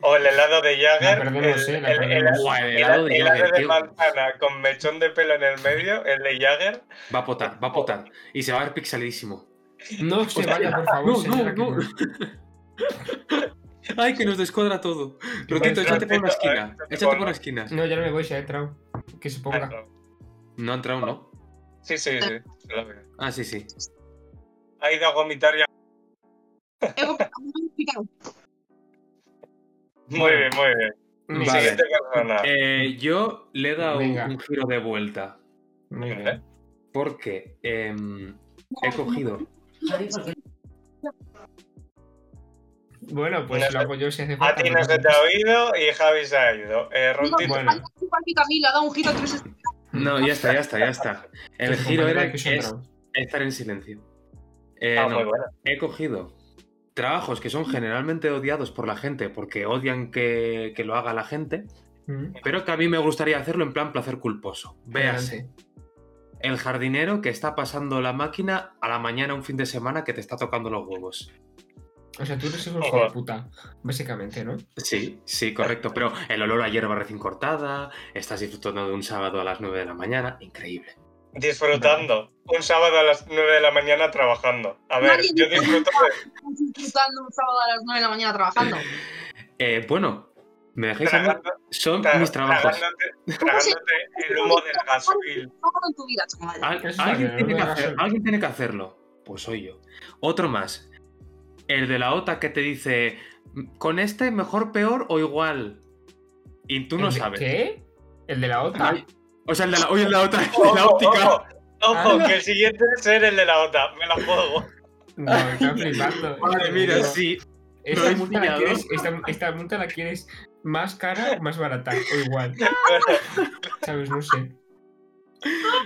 O el helado de Jagger. La el, perdemos, eh, la el- el- perdemos. Buah, el el- helado de el helado Jagger, de tío. manzana con mechón de pelo en el medio, el de Jagger. Va a potar, va a potar. Y se va a ver pixelidísimo. No se vaya, por favor. No, señora, no, que- no. Ay, que nos descuadra todo. Roquito, Vale, échate por una Roquito, a ver, esquina. échate Échate por por una una. esquina. No, ya no me voy, se ha entrado. Que se Ah, ponga. no. No ha entrado, ¿no? Sí, sí, sí. se lo veo. Ah, sí, sí. Ha ido a vomitar ya. He comprado un picado. Muy bien, muy bien. Muy Vale. bien, Siguiente persona. Eh, yo le he dado Venga. un giro de vuelta. Muy bien. Porque em, he cogido. Bueno, pues lo hago yo si hace a falta. ti ¿no? no se te ha oído y Javi se ha ido. Eh, Rontito, Bueno. Igual que Camila, da un giro a tres. No, ya está, ya está, ya está. El Te giro comprendo era que se ha es entrado. estar en silencio. Eh, ah, no, muy bueno. he cogido trabajos que son generalmente odiados por la gente porque odian que, que lo haga la gente, Mm. pero que a mí me gustaría hacerlo en plan placer culposo. Véase. Adelante. El jardinero que está pasando la máquina a la mañana un fin de semana que te está tocando los huevos. O sea, tú eres un hijo de puta, básicamente, ¿no? Sí, sí, correcto. Pero el olor a hierba recién cortada, estás disfrutando de un sábado a las 9 de la mañana, increíble. Disfrutando. Un sábado a las 9 de la mañana trabajando. A ver, Nadie yo dice disfruto de disfrutando un sábado a las 9 de la mañana trabajando. Eh, bueno, ¿me dejáis hablar? tragando- Son tra- mis trabajos. tragándote, tragándote el humo del gasoil. Trabajando en tu vida, chaval. Al- Eso está alguien, bien, tiene no que me hagas hacer- el- alguien tiene que hacerlo. Pues soy yo. Otro más. El de la OTA que te dice, con este mejor, peor o igual. Y tú no ¿El de- sabes. ¿Qué? ¿El de la OTA? Ay, o sea, el de la, oye, el de la OTA, el de la Ojo, óptica. ojo, ojo, Ah. que el siguiente es ser el de la OTA. Me la juego. No, me está flipando. Vale, mira, Pero sí. lo Esta he multa, la pillado. quieres, esta, esta multa la quieres más cara o más barata, o igual. ¿Sabes? No sé.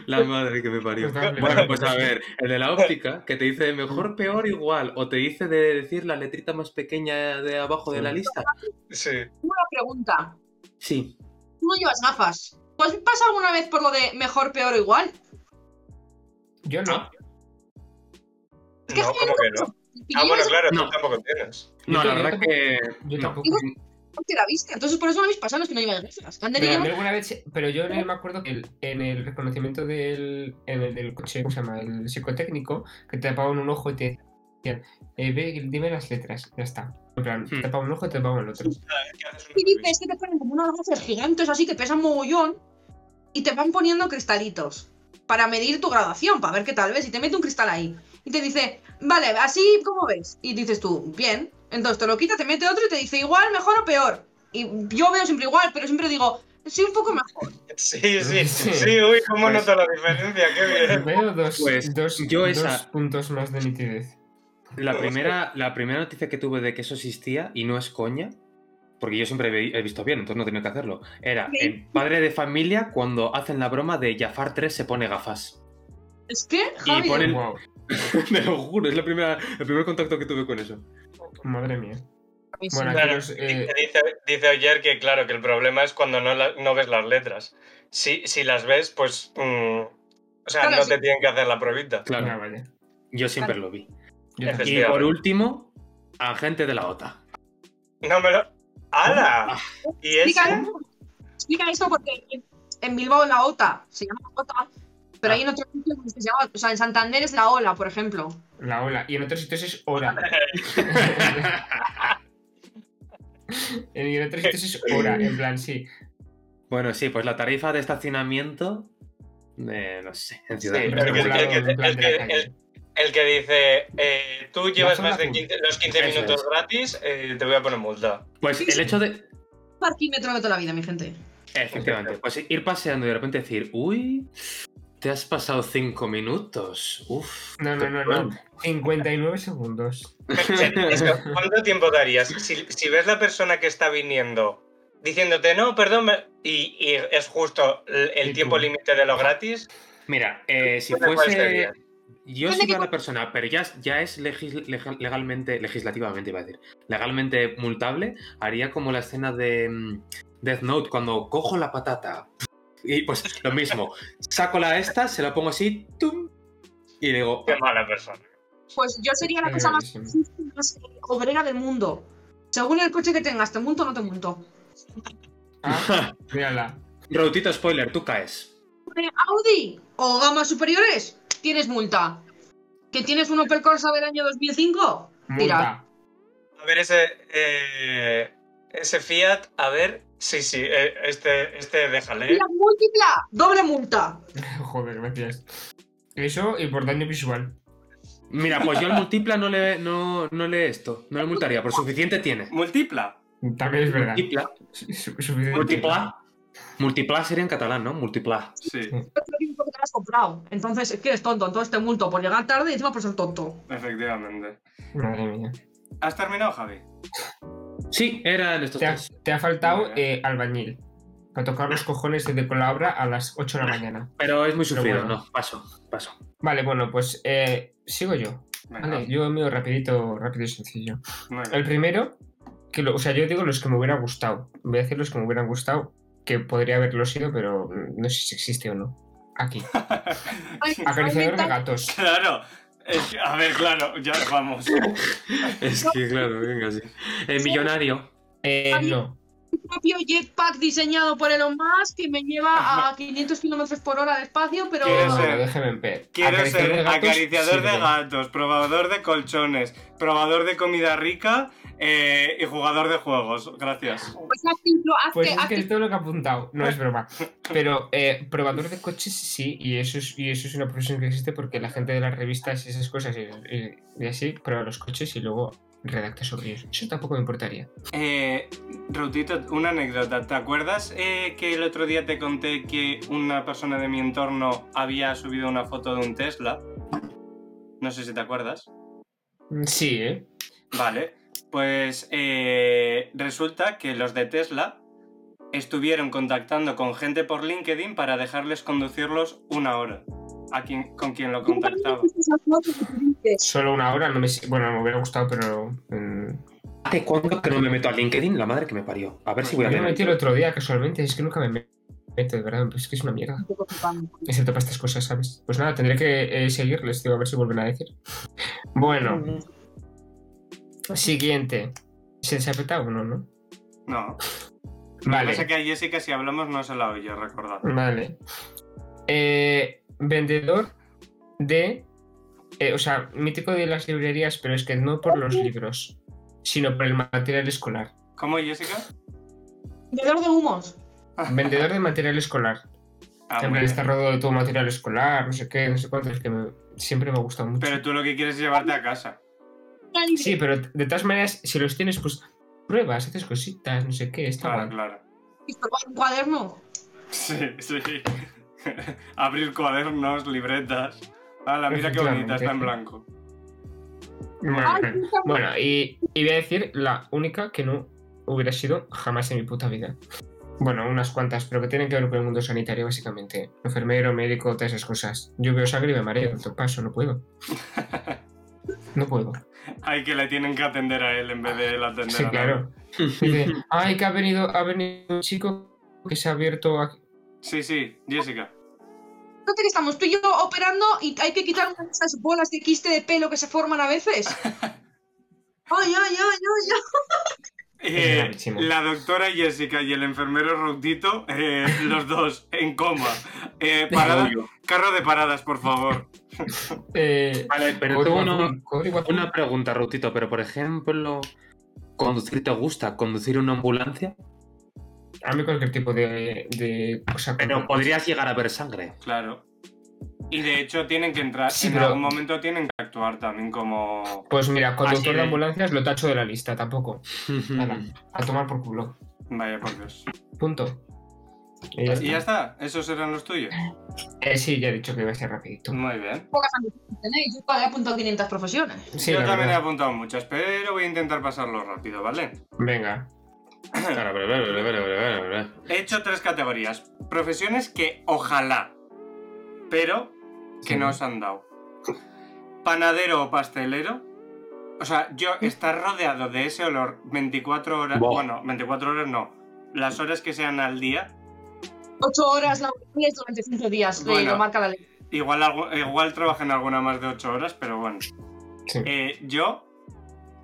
La madre que me parió. Bueno, pues a ver, el de la óptica, que te dice Mm. mejor, peor, igual, o te dice de decir la letrita más pequeña de abajo de la lista. Sí. Una pregunta. Sí. Tú no llevas gafas. ¿Tú has pasado alguna vez por lo de mejor, peor o igual? pues- Yo no. Es que No, es ¿cómo que no? Ah, bueno, claro, tú tampoco tienes. No, la verdad que. Yo no. tampoco. Porque la vista. Entonces, por eso no habéis pasado los que no lleváis gafas. Ander y Pero, a mí yo- alguna vez, pero yo no me acuerdo que el- en el reconocimiento del, en el del coche, ¿cómo se llama? El psicotécnico, que te tapaban un ojo y te decían, eh, ve, dime las letras, ya está. En plan, te Hmm. tapaban un ojo y te tapaban el otro. ¿Qué haces una Y dices que te ponen como unos gafas gigantes así que pesan mogollón y te van poniendo cristalitos para medir tu graduación, para ver qué tal ves. Y te mete un cristal ahí y te dice, vale, así como ves. Y dices tú, bien. Entonces te lo quita, te mete otro y te dice igual, mejor o peor. Y yo veo siempre igual, pero siempre digo, sí, un poco mejor. Sí, sí, Sí. sí, uy, cómo Pues- noto la diferencia, qué bien. Veo dos, Pues, dos, yo dos esa- puntos más de nitidez. La primera, la primera noticia que tuve de que eso existía, y no es coña, porque yo siempre he he visto bien, entonces no tenía que hacerlo, era Ok. en Padre de Familia cuando hacen la broma de Jafar 3 se pone gafas. Es que, Javi, ponen- El- Wow, Me lo juro, es la primera, el primer contacto que tuve con eso. madre mía. a mí sí. Bueno, aquí Claro, los, eh, Que Dice, dice Oyer que, claro, que el problema es cuando no, la- no ves las letras. Si, si las ves, pues. mm, o sea, Claro, no sí. te tienen que hacer la pruebita. Claro, ah, vaya. yo siempre lo vi. Yo también. Y por último, agente de la OTA. No me lo. ¡Hala! Ah. ¿Y ese? Explica, explica esto porque en- en Bilbao la OTA se llama OTA, pero Ah. hay en otros sitios que se llama, o sea, en Santander es la OLA, por ejemplo. La ola. Y en otros sitios es hora. en otros sitios es hora, en plan, sí. Bueno, sí, pues la tarifa de estacionamiento, eh, no sé, en Ciudad Sí, de pero México. que- regulado, que- en plan de la que- calle. el- El que dice, eh, tú llevas zona más de azul. 15 los 15 Eso minutos es. gratis, eh, te voy a poner multa. Pues el hecho de, Parquímetro de toda la vida, mi gente. Efectivamente. Pues ir paseando y de repente decir, uy, te has pasado cinco minutos. Uf. No, no, no, no. 59 segundos. Es que, ¿Cuánto tiempo darías? Si, si ves la persona que está viniendo diciéndote, no, perdón, me-", y, y es justo el, el Y tú. tiempo límite de lo gratis, Mira, eh, si ¿Cuál fuese. sería? Yo soy Depende que- la persona, pero ya, es- ya es legis- leg- legalmente, legislativamente iba a decir, legalmente multable, haría como la escena de mm, Death Note, cuando cojo la patata y pues lo mismo, saco la esta, se la pongo así, tum, y le digo, qué mala persona. Pues yo sería la Eh, cosa más, sí. más obrera del mundo. Según el coche que tengas, te monto o no te monto. Ah, mírala. Rautito spoiler, tú caes. Eh, Audi o gamas superiores, tienes multa. ¿Que tienes un Opel Corsa del año 2005? Tira. Multa. A ver, ese, eh, ese Fiat, a ver, sí, sí, eh, este, este déjale. Mira, múltipla, doble multa. Joder, gracias. Eso y por daño visual. Mira, pues yo al multipla no le, no, no le esto, no le multaría, por suficiente tiene. Multipla. También es verdad. Multipla, Su- su- suficiente. multipla. Multipla sería en catalán, ¿no? Multipla. Sí, Pero creo que es porque te lo has comprado. Entonces, es que eres tonto. Entonces te multo por llegar tarde y encima por ser tonto. efectivamente. Madre mía. ¿Has terminado, Javi? Sí, era en estos Te ha, tres. te ha faltado Venga. eh, albañil. Para tocar los cojones desde con la obra a las 8 de la mañana. Pero es muy sufrido, bueno. no, paso, paso. Vale, bueno, pues eh, sigo yo. Venga. Vale, yo mío rapidito, rápido y sencillo. Muy El bien. primero, que lo- o sea, yo digo los que me hubiera gustado. Voy a decir los que me hubieran gustado, que podría haberlo sido, pero mm, no sé si existe o no. Aquí. Acariciador de gatos. Claro. Es que- a ver, claro, ya vamos. Es que, claro, venga, sí. El millonario. Eh, no. Un propio jetpack diseñado por Elon Musk que me lleva a 500 kilómetros por hora de espacio, pero... Quiero No, ser- déjeme en paz. Quiero Acariciador de ser gatos, acariciador de sirve. gatos, probador de colchones, probador de comida rica eh, y jugador de juegos. Gracias. Pues hazlo, hazlo, Pues es hazlo. que es todo lo que ha apuntado, no es broma. Pero eh, probador de coches sí, y eso, es, y eso es una profesión que existe porque la gente de las revistas y esas cosas y, y- y así prueba los coches y luego redacta sobre ellos. Eso tampoco me importaría. Eh, Rautito, una anécdota. ¿Te acuerdas eh, que el otro día te conté que una persona de mi entorno había subido una foto de un Tesla? No sé si te acuerdas. Sí, ¿eh? Vale, pues eh, resulta que los de Tesla estuvieron contactando con gente por LinkedIn para dejarles conducirlos una hora. A quien, con quien lo contactaba. Solo una hora, no me, bueno, me hubiera gustado, pero... mm, ¿Hace cuánto que no me meto a LinkedIn? La madre que me parió. A ver si voy a Yo me ver. metí el otro día casualmente, es que nunca me meto, de verdad, es que es una mierda. Excepto para estas cosas, ¿sabes? Pues nada, tendré que eh, seguirles, digo, a ver si vuelven a decir. Bueno, siguiente. ¿Se desapeta uno, no? No. Lo que pasa es Vale, que a Jessica, si hablamos, no se la oye, recordad. vale. Eh, vendedor de... eh, o sea, mítico de las librerías, pero es que no por los libros, sino por el material escolar. ¿Cómo, Jessica? Dolor de humos. Vendedor de material escolar. Ah, Siempre muy está bien. rodeado de todo material escolar, no sé qué, no sé cuánto, es que me- siempre me ha gustado mucho. Pero tú lo que quieres es llevarte a casa. Sí, pero de todas maneras, si los tienes, pues pruebas, haces cositas, no sé qué, está Claro, guay. claro. Un cuaderno. Sí, sí. Abrir cuadernos, libretas. Hala, mira qué bonita, está en blanco. Bueno, Bueno, y, y voy a decir la única que no hubiera sido jamás en mi puta vida. Bueno, unas cuantas, pero que tienen que ver con el mundo sanitario, básicamente. Enfermero, médico, todas esas cosas. Yo veo sangre y me mareo, te paso, no puedo. No puedo. Hay que le tienen que atender a él en vez de él atender Sí, a la- claro. Dice, ay, que ha venido, ha venido un chico que se ha abierto aquí. Sí, sí, Jessica. Fíjate que estamos tú y yo operando y hay que quitar una de esas bolas de quiste de pelo que se forman a veces. Ay, ay, ay, ay, ay. Eh, gravísimo. la doctora Jessica y el enfermero Rautito, eh, los dos en coma. Eh, parada- carro de paradas, por favor. Eh, Vale, pero cobre tú guapo, no- cobre guapo. Una pregunta, Rutito, pero por ejemplo, ¿conducir te gusta? ¿Conducir una ambulancia? A mí cualquier tipo de, de cosa. Pero podrías llegar a ver sangre. Claro. Y de hecho tienen que entrar, Sí, en pero- algún momento tienen que actuar también como... Pues mira, Así conductor de- de ambulancias lo tacho de la lista, tampoco. Mm. Nada. A tomar por culo. Vaya por Dios. Punto. Y Y ya está. ya está, esos eran los tuyos. Eh, sí, ya he dicho que iba a ser rapidito. Muy bien. Pocas ambiciones tenéis, yo todavía he apuntado 500 profesiones. Sí, Yo la también he verdad. apuntado muchas, pero voy a intentar pasarlo rápido, ¿vale? Venga. Claro, pero, pero, pero, pero, pero, pero. He hecho tres categorías. Profesiones que ojalá, pero que Sí. no os han dado. Panadero o pastelero. O sea, yo estar rodeado de ese olor 24 horas. Buah. Bueno, 24 horas no. Las horas que sean al día. 8 horas laborales durante 5 días, le- Bueno. lo marca la ley. Igual, algu- igual trabajan alguna más de 8 horas, pero bueno. Sí. Eh, yo,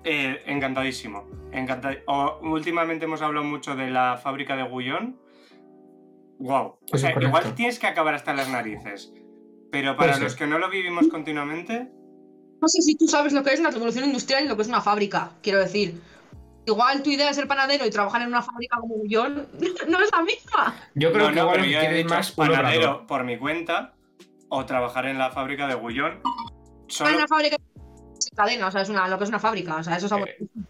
eh, encantadísimo. encanta- o- últimamente hemos hablado mucho de la fábrica de Gullón. Wow. O Eso sea, es correcto. igual tienes que acabar hasta las narices. Pero para Puede los ser. que no lo vivimos continuamente, No sé si tú sabes lo que es una revolución industrial y lo que es una fábrica, quiero decir. Igual tu idea de ser panadero y trabajar en una fábrica como yo no es la misma. Yo creo no, que no, igual pero yo he quieres dicho más un obrador. panadero por mi cuenta o trabajar en la fábrica de Gullón. Es Solo, una fábrica es cadena, o sea, es una, lo que es una fábrica, o sea, eso es algo-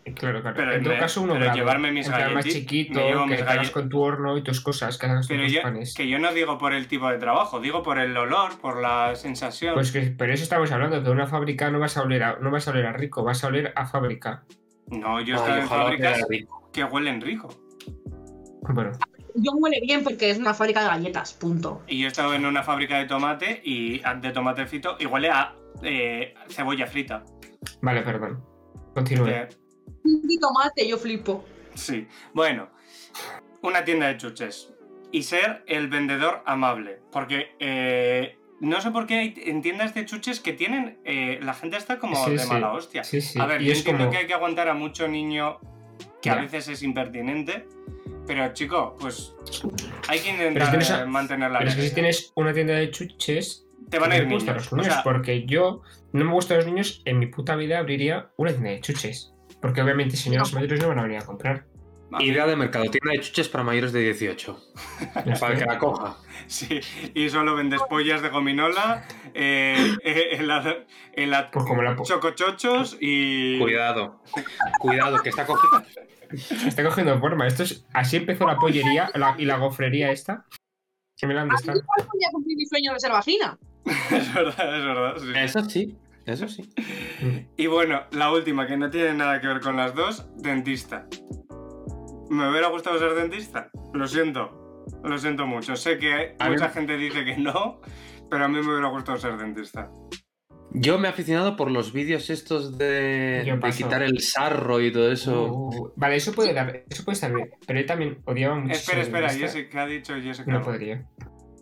Eh, Claro, claro. Pero en todo me- caso, un pero obrador. llevarme mis En plan más galletis- chiquito, me llevo que mis te hagas galle- con tu horno y tus cosas, que hagas pero tus yo, panes. que yo no digo por el tipo de trabajo, digo por el olor, por la sensación. Pues que, pero eso estamos hablando, que una fábrica no vas a oler a, no vas a oler a rico, vas a oler a fábrica. no, yo he estado Ay, en ojalá fábricas quedara rico. que huelen rico. Bueno, Yo huele bien porque es una fábrica de galletas, punto. Y yo he estado en una fábrica de tomate y ah, de tomate frito y huele a eh, cebolla frita. vale, perdón. Continúe. Eh, Y tomate, yo flipo. sí. Bueno, una tienda de chuches. Y ser el vendedor amable. Porque eh, no sé por qué hay en tiendas de chuches que tienen. eh, la gente está como Sí, de sí. mala hostia. Sí, sí. A ver, y yo es entiendo como... que hay que aguantar a mucho niño que a Ya. veces es impertinente. Pero chico, pues hay que Pero es intentar que no sa- eh, mantener la Pero es que si línea. tienes una tienda de chuches, Te van a no ir me niños. gustan los O niños, sea, porque yo no me gustan los niños, en mi puta vida abriría una tienda de chuches. Porque obviamente señores mayores no van a venir a comprar. a mí- Idea de mercado, tienda de chuches para mayores de Este. 18. Para el que la coja. Sí, y solo vendes pollas de gominola, eh, eh, helado- hela- Pues como la po- chocochochos y... Cuidado. Cuidado, que está cogiendo. Está cogiendo forma. Esto es, así empezó la pollería la- y la gofrería esta. Que me la han A mí destado. igual podría cumplir mi sueño de ser vagina. es verdad, es verdad. sí. Eso sí, eso sí. Y bueno, la última, que no tiene nada que ver con las dos, dentista. me hubiera gustado ser dentista. Lo siento, lo siento mucho. Sé que A mucha ver. gente dice que no, pero a mí me hubiera gustado ser dentista. Yo me he aficionado por los vídeos estos de, Yo de paso. quitar el sarro y todo eso. Uh, vale, eso puede, dar, eso puede estar bien. Pero yo también odiaba mucho. espera, ser espera, dentista. Jessica, ¿qué ha dicho Jessica? No podría.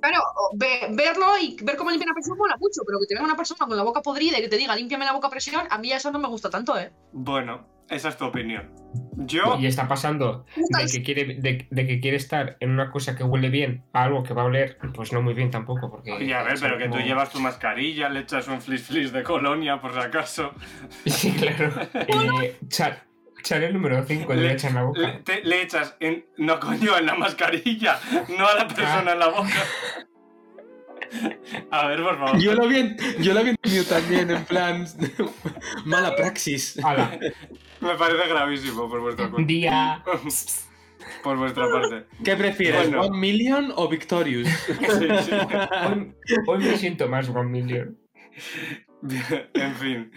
Claro, o ve- verlo y ver cómo limpia una persona mola mucho, pero que te venga una persona con la boca podrida y que te diga límpiame la boca a presión, a mí ya eso no me gusta tanto, ¿eh? Bueno, esa es tu opinión. Yo, Y está pasando de que, quiere, de, de que quiere estar en una cosa que huele bien a algo que va a oler, pues no muy bien tampoco. Porque, y a ver, o sea, pero que tú como- llevas tu mascarilla, le echas un flis flis de colonia, por si acaso. Sí, claro. Eh, char, el número 5, le Le- echan la boca. Le, te- le echas en. No, coño, en la mascarilla, no a la persona en la boca. A ver, por favor. Yo lo había, yo lo había entendido también, en plan. mala praxis. Hala, Me parece gravísimo por vuestra, cu- día. por vuestra parte. ¿Qué prefieres, Bueno. One Million o Victorious? Sí, sí. Hoy, hoy me siento más One Million. en fin.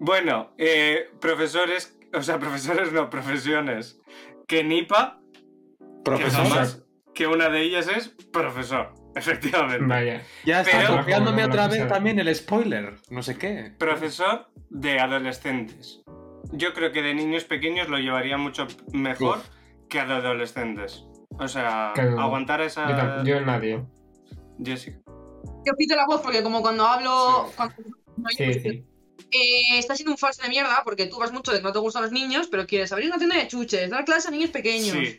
Bueno, eh, profesores, o sea, profesores no, profesiones. Que NIPA, que, Profesor. jamás- que una de ellas es profesor, efectivamente. Vaya. Ya Pero- está pegándome Bueno, otra no vez sé. también el spoiler. No sé qué. Profesor de adolescentes. Yo creo que de niños pequeños lo llevaría mucho mejor que a de adolescentes. O sea, Claro. aguantar a Yo, esa tam- yo nadie. Jessica. Yo pito la voz porque como cuando hablo... Sí. cuando- no, yo- Sí, sí. Eh, está siendo un falso de mierda porque tú vas mucho de que no te gustan los niños, pero quieres abrir una tienda de chuches, dar clases a niños pequeños. Sí.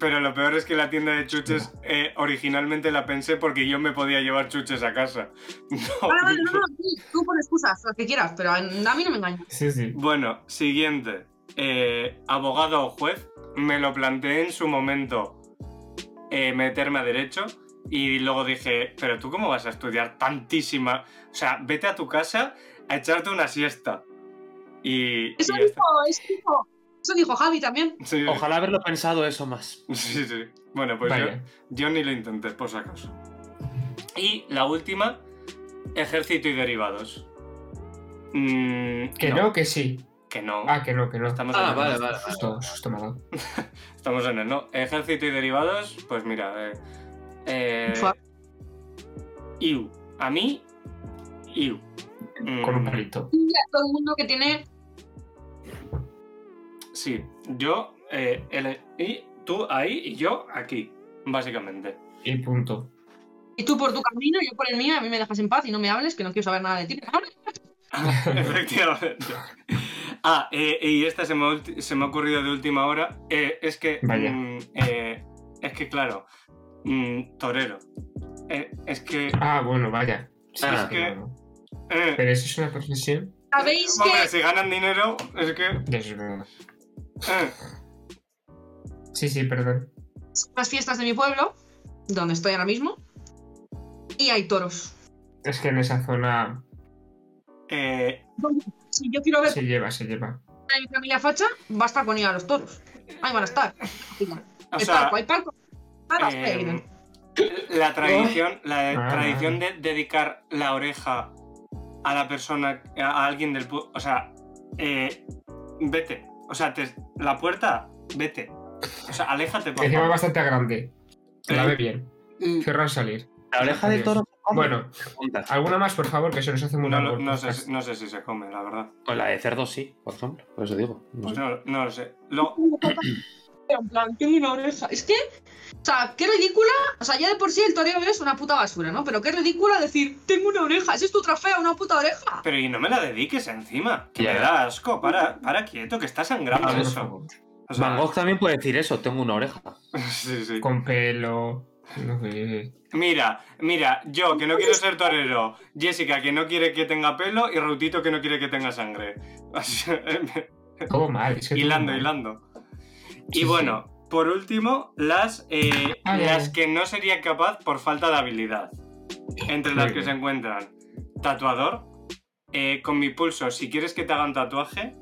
Pero lo peor es que la tienda de chuches eh, originalmente la pensé porque yo me podía llevar chuches a casa. No. Ah, Vale, vale, no, no, sí, tú pon excusas, las que quieras, pero a, a mí no me engañas. Sí, sí. Bueno, siguiente. Eh, abogado o juez, me lo planteé en su momento eh, meterme a derecho y luego dije, pero tú cómo vas a estudiar tantísima... O sea, vete a tu casa a echarte una siesta. Y... y Eso ya dijo, eso dijo, eso dijo Javi también. está. Sí, Ojalá haberlo pensado eso más. sí, sí. Bueno, pues yo, Vaya. yo ni lo intenté, por si acaso. Y la última, ejército y derivados. Mm, Que no. que sí. Que no. Ah, que no, que no. Estamos Ah, en- vale, vale. Susto, susto me ha dado. Estamos en el no. Ejército y derivados, pues mira. Eh, eh, Fua. Iu. A mí, Iu. Mm, Con un palito. Y a todo el mundo que tiene. Sí, yo, eh, él- y tú ahí y yo aquí, básicamente. Y punto. Y tú por tu camino, yo por el mío, y a mí me dejas en paz y no me hables, que no quiero saber nada de ti. No me hables. Efectivamente. Ah, eh, y esta se me, ha ulti- se me ha ocurrido de última hora. eh, es que. Vaya. mm, eh, es que, claro. mm, torero. Eh, es que. Ah, bueno, vaya. Sí, Ah. sí, Es que- no. eh, Pero eso es una profesión. Sabéis hombre, que. si ganan dinero, es que. Eso es verdad. eh. Sí, sí, perdón. son Las fiestas de mi pueblo, donde estoy ahora mismo, y hay toros. Es que en esa zona Eh, Si yo quiero ver se lleva, se lleva. a mi familia facha, basta con ir a los toros. Ahí van a estar. o Hay sea, palco, hay palco. Ah, Nada, eh, esperen. la tradición, la Ah. tradición de dedicar la oreja a la persona, a alguien del pueblo, o sea, eh, vete, o sea, te- la puerta, vete, o sea, aléjate por Encima favor. bastante grande. La ve bien. Cierra al salir. La oreja del Dios. toro. Bueno, ¿alguna más, por favor? Que se nos hace muy No, largo lo- el no sé, podcast. si- no sé si se come, la verdad. O la de cerdo sí, por ejemplo. Por eso digo. No sé. No, no lo sé. Lo- Pero en plan, tengo una oreja. Es que, o sea, qué ridícula. O sea, ya de por sí el toreo es una puta basura, ¿no? Pero qué ridícula decir, tengo una oreja. ¿Ese es tu trofeo, una puta oreja? pero y no me la dediques encima, que me Ya. da asco, para, para quieto, que está sangrando A ver, por eso. favor. O sea, Van Gogh también puede decir eso, tengo una oreja. sí, sí. Con pelo. No sé. Mira, mira, yo que no quiero ser torero, Jessica que no quiere que tenga pelo y Rautito que no quiere que tenga sangre. Así, Todo mal. Es que todo hilando, mal. hilando. eh. Sí, Y bueno, por último, las, eh, Ah, ya, las ya. que no sería capaz por falta de habilidad. Entre Muy las que bien. se encuentran tatuador, eh, con mi pulso, si quieres que te hagan tatuaje,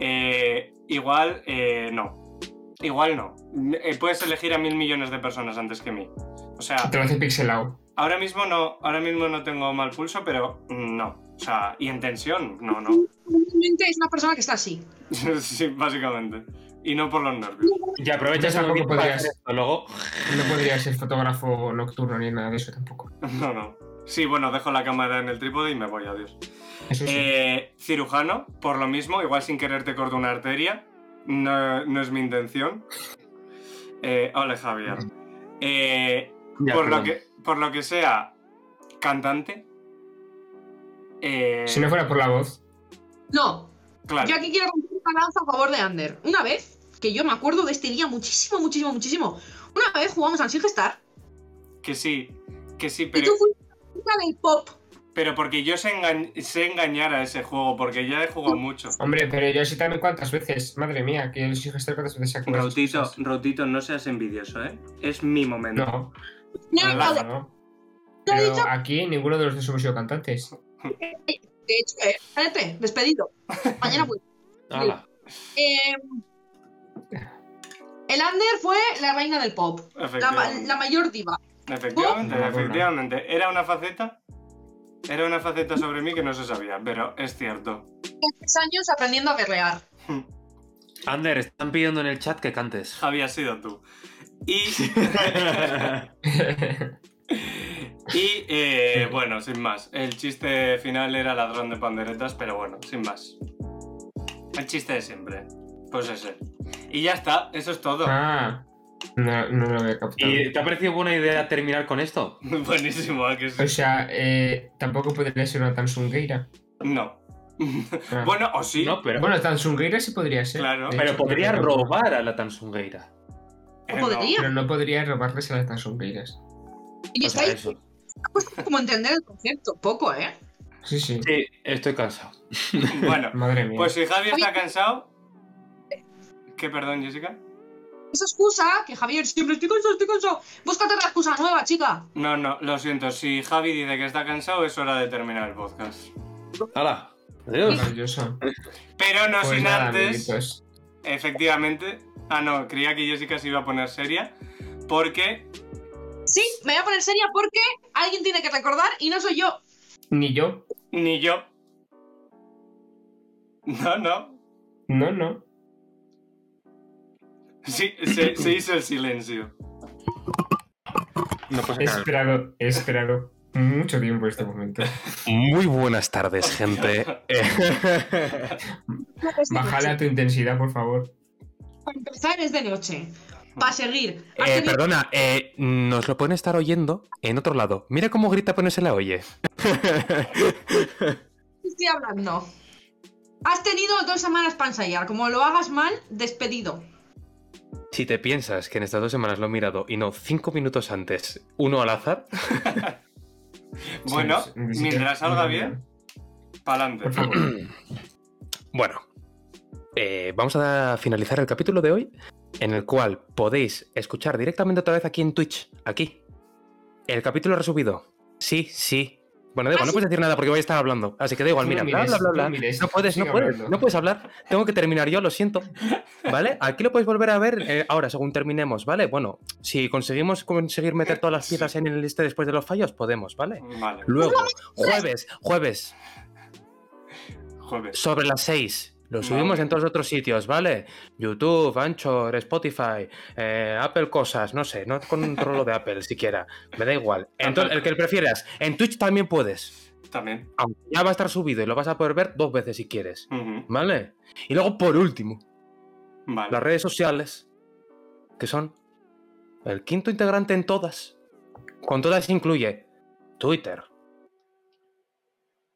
eh, igual eh, no. Igual no. Eh, puedes elegir a mil millones de personas antes que mí. O sea, Te lo hace pixelado. Ahora mismo no, ahora mismo no tengo mal pulso, pero mm, no. O sea, y en tensión, no, no. Realmente es una persona que está así. sí, básicamente. y no por los nervios. Y aprovecha Yo ese tampoco momento para podría hacer ser. esto, luego. No podría ser fotógrafo nocturno ni nada de eso tampoco. No, no. Sí, bueno, dejo la cámara en el trípode y me voy, adiós. Eso sí. Eh, cirujano, por lo mismo, igual sin querer te corto una arteria. No, no es mi intención. Eh, ole, Javier. Eh, Ya, por, lo perdón. que, por lo que sea, cantante. Eh, si no fuera por la voz, No, claro. yo aquí quiero romper una lanza a favor de Ander. Una vez, que yo me acuerdo de este día muchísimo, muchísimo, muchísimo. Una vez jugamos al Star Que sí, que sí, y pero, tú fuiste la chica del pop. pero porque yo sé, enga- sé engañar a ese juego, porque ya he jugado mucho. hombre, pero yo sí también cuántas veces. Madre mía, que el hijo estar cuántas veces se acuerda. de Rautito, esas cosas. Rautito, no seas envidioso, ¿eh? Es mi momento. No, No, Ah, no, no, de- no. no he Pero dicho- aquí ninguno de los dos hemos sido cantantes. de hecho, eh, espérate, despedido. Mañana voy. Hala. Eh, el Ander fue la reina del pop, la, ma- Efectivamente. la mayor diva. Efectivamente, No, no, no. efectivamente. Era una faceta. Era una faceta sobre mí que no se sabía, pero es cierto. Tres años aprendiendo a berrear. Ander, están pidiendo en el chat que cantes. Había sido tú. Y, y eh, bueno, sin más. El chiste final era ladrón de panderetas, pero bueno, sin más. El chiste de siempre. Pues ese. Y ya está, eso es todo. ah, no, no lo había captado. ¿Y te ha parecido buena idea terminar con esto? Buenísimo, ¿a que sí? O sea, eh, tampoco podría ser una Tansungueira. No. Ah. bueno, o sí. No, pero, Bueno, Tansungueira sí podría ser. Claro. De pero hecho, podría pero- robar a la Tansungueira. Eh, no. podría. Pero no podría robarles a las Tansungueiras. Y Pues O sea, estáis eso. como entender el concepto, poco, ¿eh? Sí, sí. Sí, estoy cansado. Bueno, Madre mía. pues si Javi está Javi- cansado. ¿Qué, perdón, Jessica? Esa excusa que Javier siempre estoy cansado, estoy cansado. Búscate otra excusa nueva, chica. No, no, lo siento. Si Javi dice que está cansado, es hora de terminar el podcast. ¡Hala! Adiós. Maravilloso. Pero no Pues sin nada, antes. amiguitos. Efectivamente. Ah, no, creía que Jessica se iba a poner seria. Porque. Sí, me voy a poner seria porque alguien tiene que recordar y no soy yo. Ni yo. Ni yo. No, no. No, no. Sí, se, se hizo el silencio. No pasa He esperado, he esperado mucho tiempo este momento. Muy buenas tardes, gente. Eh, Bájale a tu intensidad, por favor. Para empezar es de noche. Para seguir. has Eh, tenido- perdona, eh, nos lo pueden estar oyendo en otro lado. Mira cómo grita, pero no se la oye. Estoy hablando. Has tenido dos semanas para ensayar. Como lo hagas mal, despedido. Si te piensas que en estas dos semanas lo he mirado y no cinco minutos antes, uno al azar, Bueno, Sí, sí, sí, sí. mientras salga bien, pa'lante. Por favor. Bueno, eh, vamos a finalizar el capítulo de hoy, en el cual podéis escuchar directamente otra vez aquí en Twitch, aquí. El capítulo resubido. Sí, sí. Bueno, da igual, Ah, no sí. puedes decir nada porque voy a estar hablando. Así que da igual, Tú no mira, bla, mires, bla, bla, tú bla. no mires, No puedes, no sigue puedes, hablando. no puedes hablar. Tengo que terminar yo, lo siento. ¿Vale? Aquí lo podéis volver a ver eh, ahora, según terminemos, ¿vale? Bueno, si conseguimos conseguir meter todas las piezas en el este después de los fallos, podemos, ¿vale? Vale, Luego, jueves, jueves, jueves. sobre las 6. Lo Vale. subimos en todos los otros sitios, ¿vale? YouTube, Anchor, Spotify, eh, Apple cosas, no sé, no controlo de Apple siquiera, me da igual. Entonces, el que prefieras, en Twitch también puedes, También. aunque ya va a estar subido y lo vas a poder ver dos veces si quieres, Ujú, ¿vale? Y luego, por último, las Vale. redes sociales, que son el quinto integrante en todas, con todas incluye Twitter,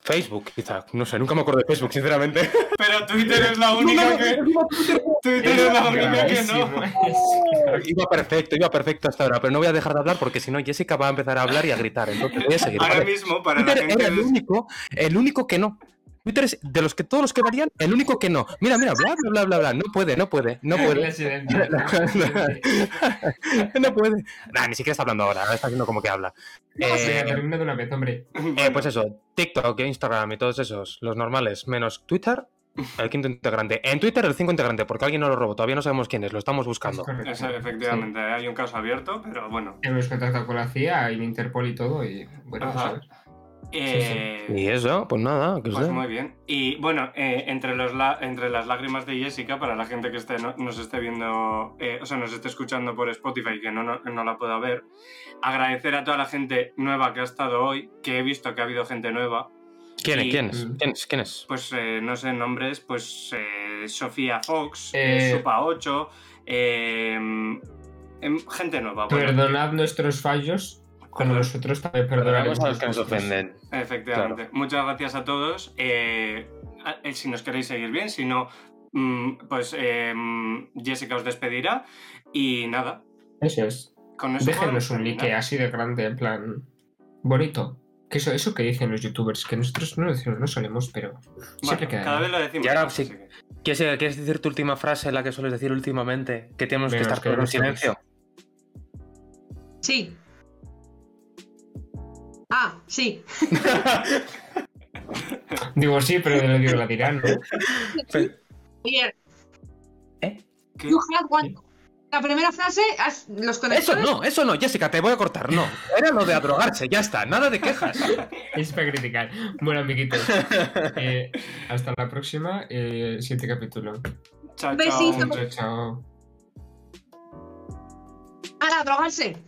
Facebook, quizá, no sé, nunca me acuerdo de Facebook, sinceramente. Pero Twitter es la única que. Twitter es la única que no. Gravísimo. Iba perfecto, iba perfecto hasta ahora, pero no voy a dejar de hablar porque si no Jessica va a empezar a hablar y a gritar. Entonces voy a seguir. Ahora ¿vale? mismo, para la Twitter gente. era el de- único, el único que no. Twitter es de los que todos los que varían, el único que no. Mira, mira, bla, bla, bla, bla, bla. No puede, no puede, no La puede, silencio. Eh, no puede. Nah, ni siquiera está hablando ahora, ahora está haciendo como que habla. Venga, Eh, termina de una vez, hombre. eh, pues eso, TikTok, Instagram y todos esos, los normales, menos Twitter, el quinto integrante. En Twitter el cinco integrante, porque alguien no lo robó, todavía no sabemos quién es, lo estamos buscando. Correcto. Eso, efectivamente, hay un caso abierto, pero bueno. Sí. Hemos contactado con la CIA, y la Interpol y todo, y bueno, Ajá. vamos a ver. Eh, Y eso, pues nada, que os Pues den. muy bien. Y bueno, eh, entre, los la- entre las lágrimas de Jessica, para la gente que esté, no- nos esté viendo, eh, o sea, nos esté escuchando por Spotify, que no, no, no la pueda ver, agradecer a toda la gente nueva que ha estado hoy, que he visto que ha habido gente nueva. ¿Quién es? y- ¿Quién es? Mm. ¿Quién es? ¿Quién es? Pues eh, no sé nombres, pues eh, Sofía Fox, Eh. eh, Sopa 8, eh, em, gente nueva. bueno, Perdonad nuestros fallos, como nosotros también perdonaremos. Perdonamos a los que nos ofenden. Efectivamente. Muchas gracias a todos. Eh, a- eh, si nos queréis seguir bien, si no, mm, pues eh, Jessica os despedirá. Y nada, Eso es. con eso. podemos Déjenos un terminar. like así de grande, en plan. Bonito. Que eso, eso que dicen los youtubers, que nosotros no lo decimos, no solemos, pero Bueno, siempre queda. cada bien. vez lo decimos. Y ahora más, sí. así que- ¿Quieres, ¿Quieres decir tu última frase, la que sueles decir últimamente? Que tenemos Venga, que os estar quedo todos en con ustedes. silencio. Sí. Ah, sí. Digo sí, pero de lo digo la dirán, ¿no? Bien. ¿Eh? ¿Qué? You have one- La primera frase, haz- los Eso conectores. no, eso no, Jessica, te voy a cortar, no. Era lo de adrogarse, ya está, nada de quejas. Es para criticar. Bueno, amiguitos. eh, hasta la próxima, eh, siguiente capítulo. Chao, chao. Besitos. Chao, chao. Para drogarse.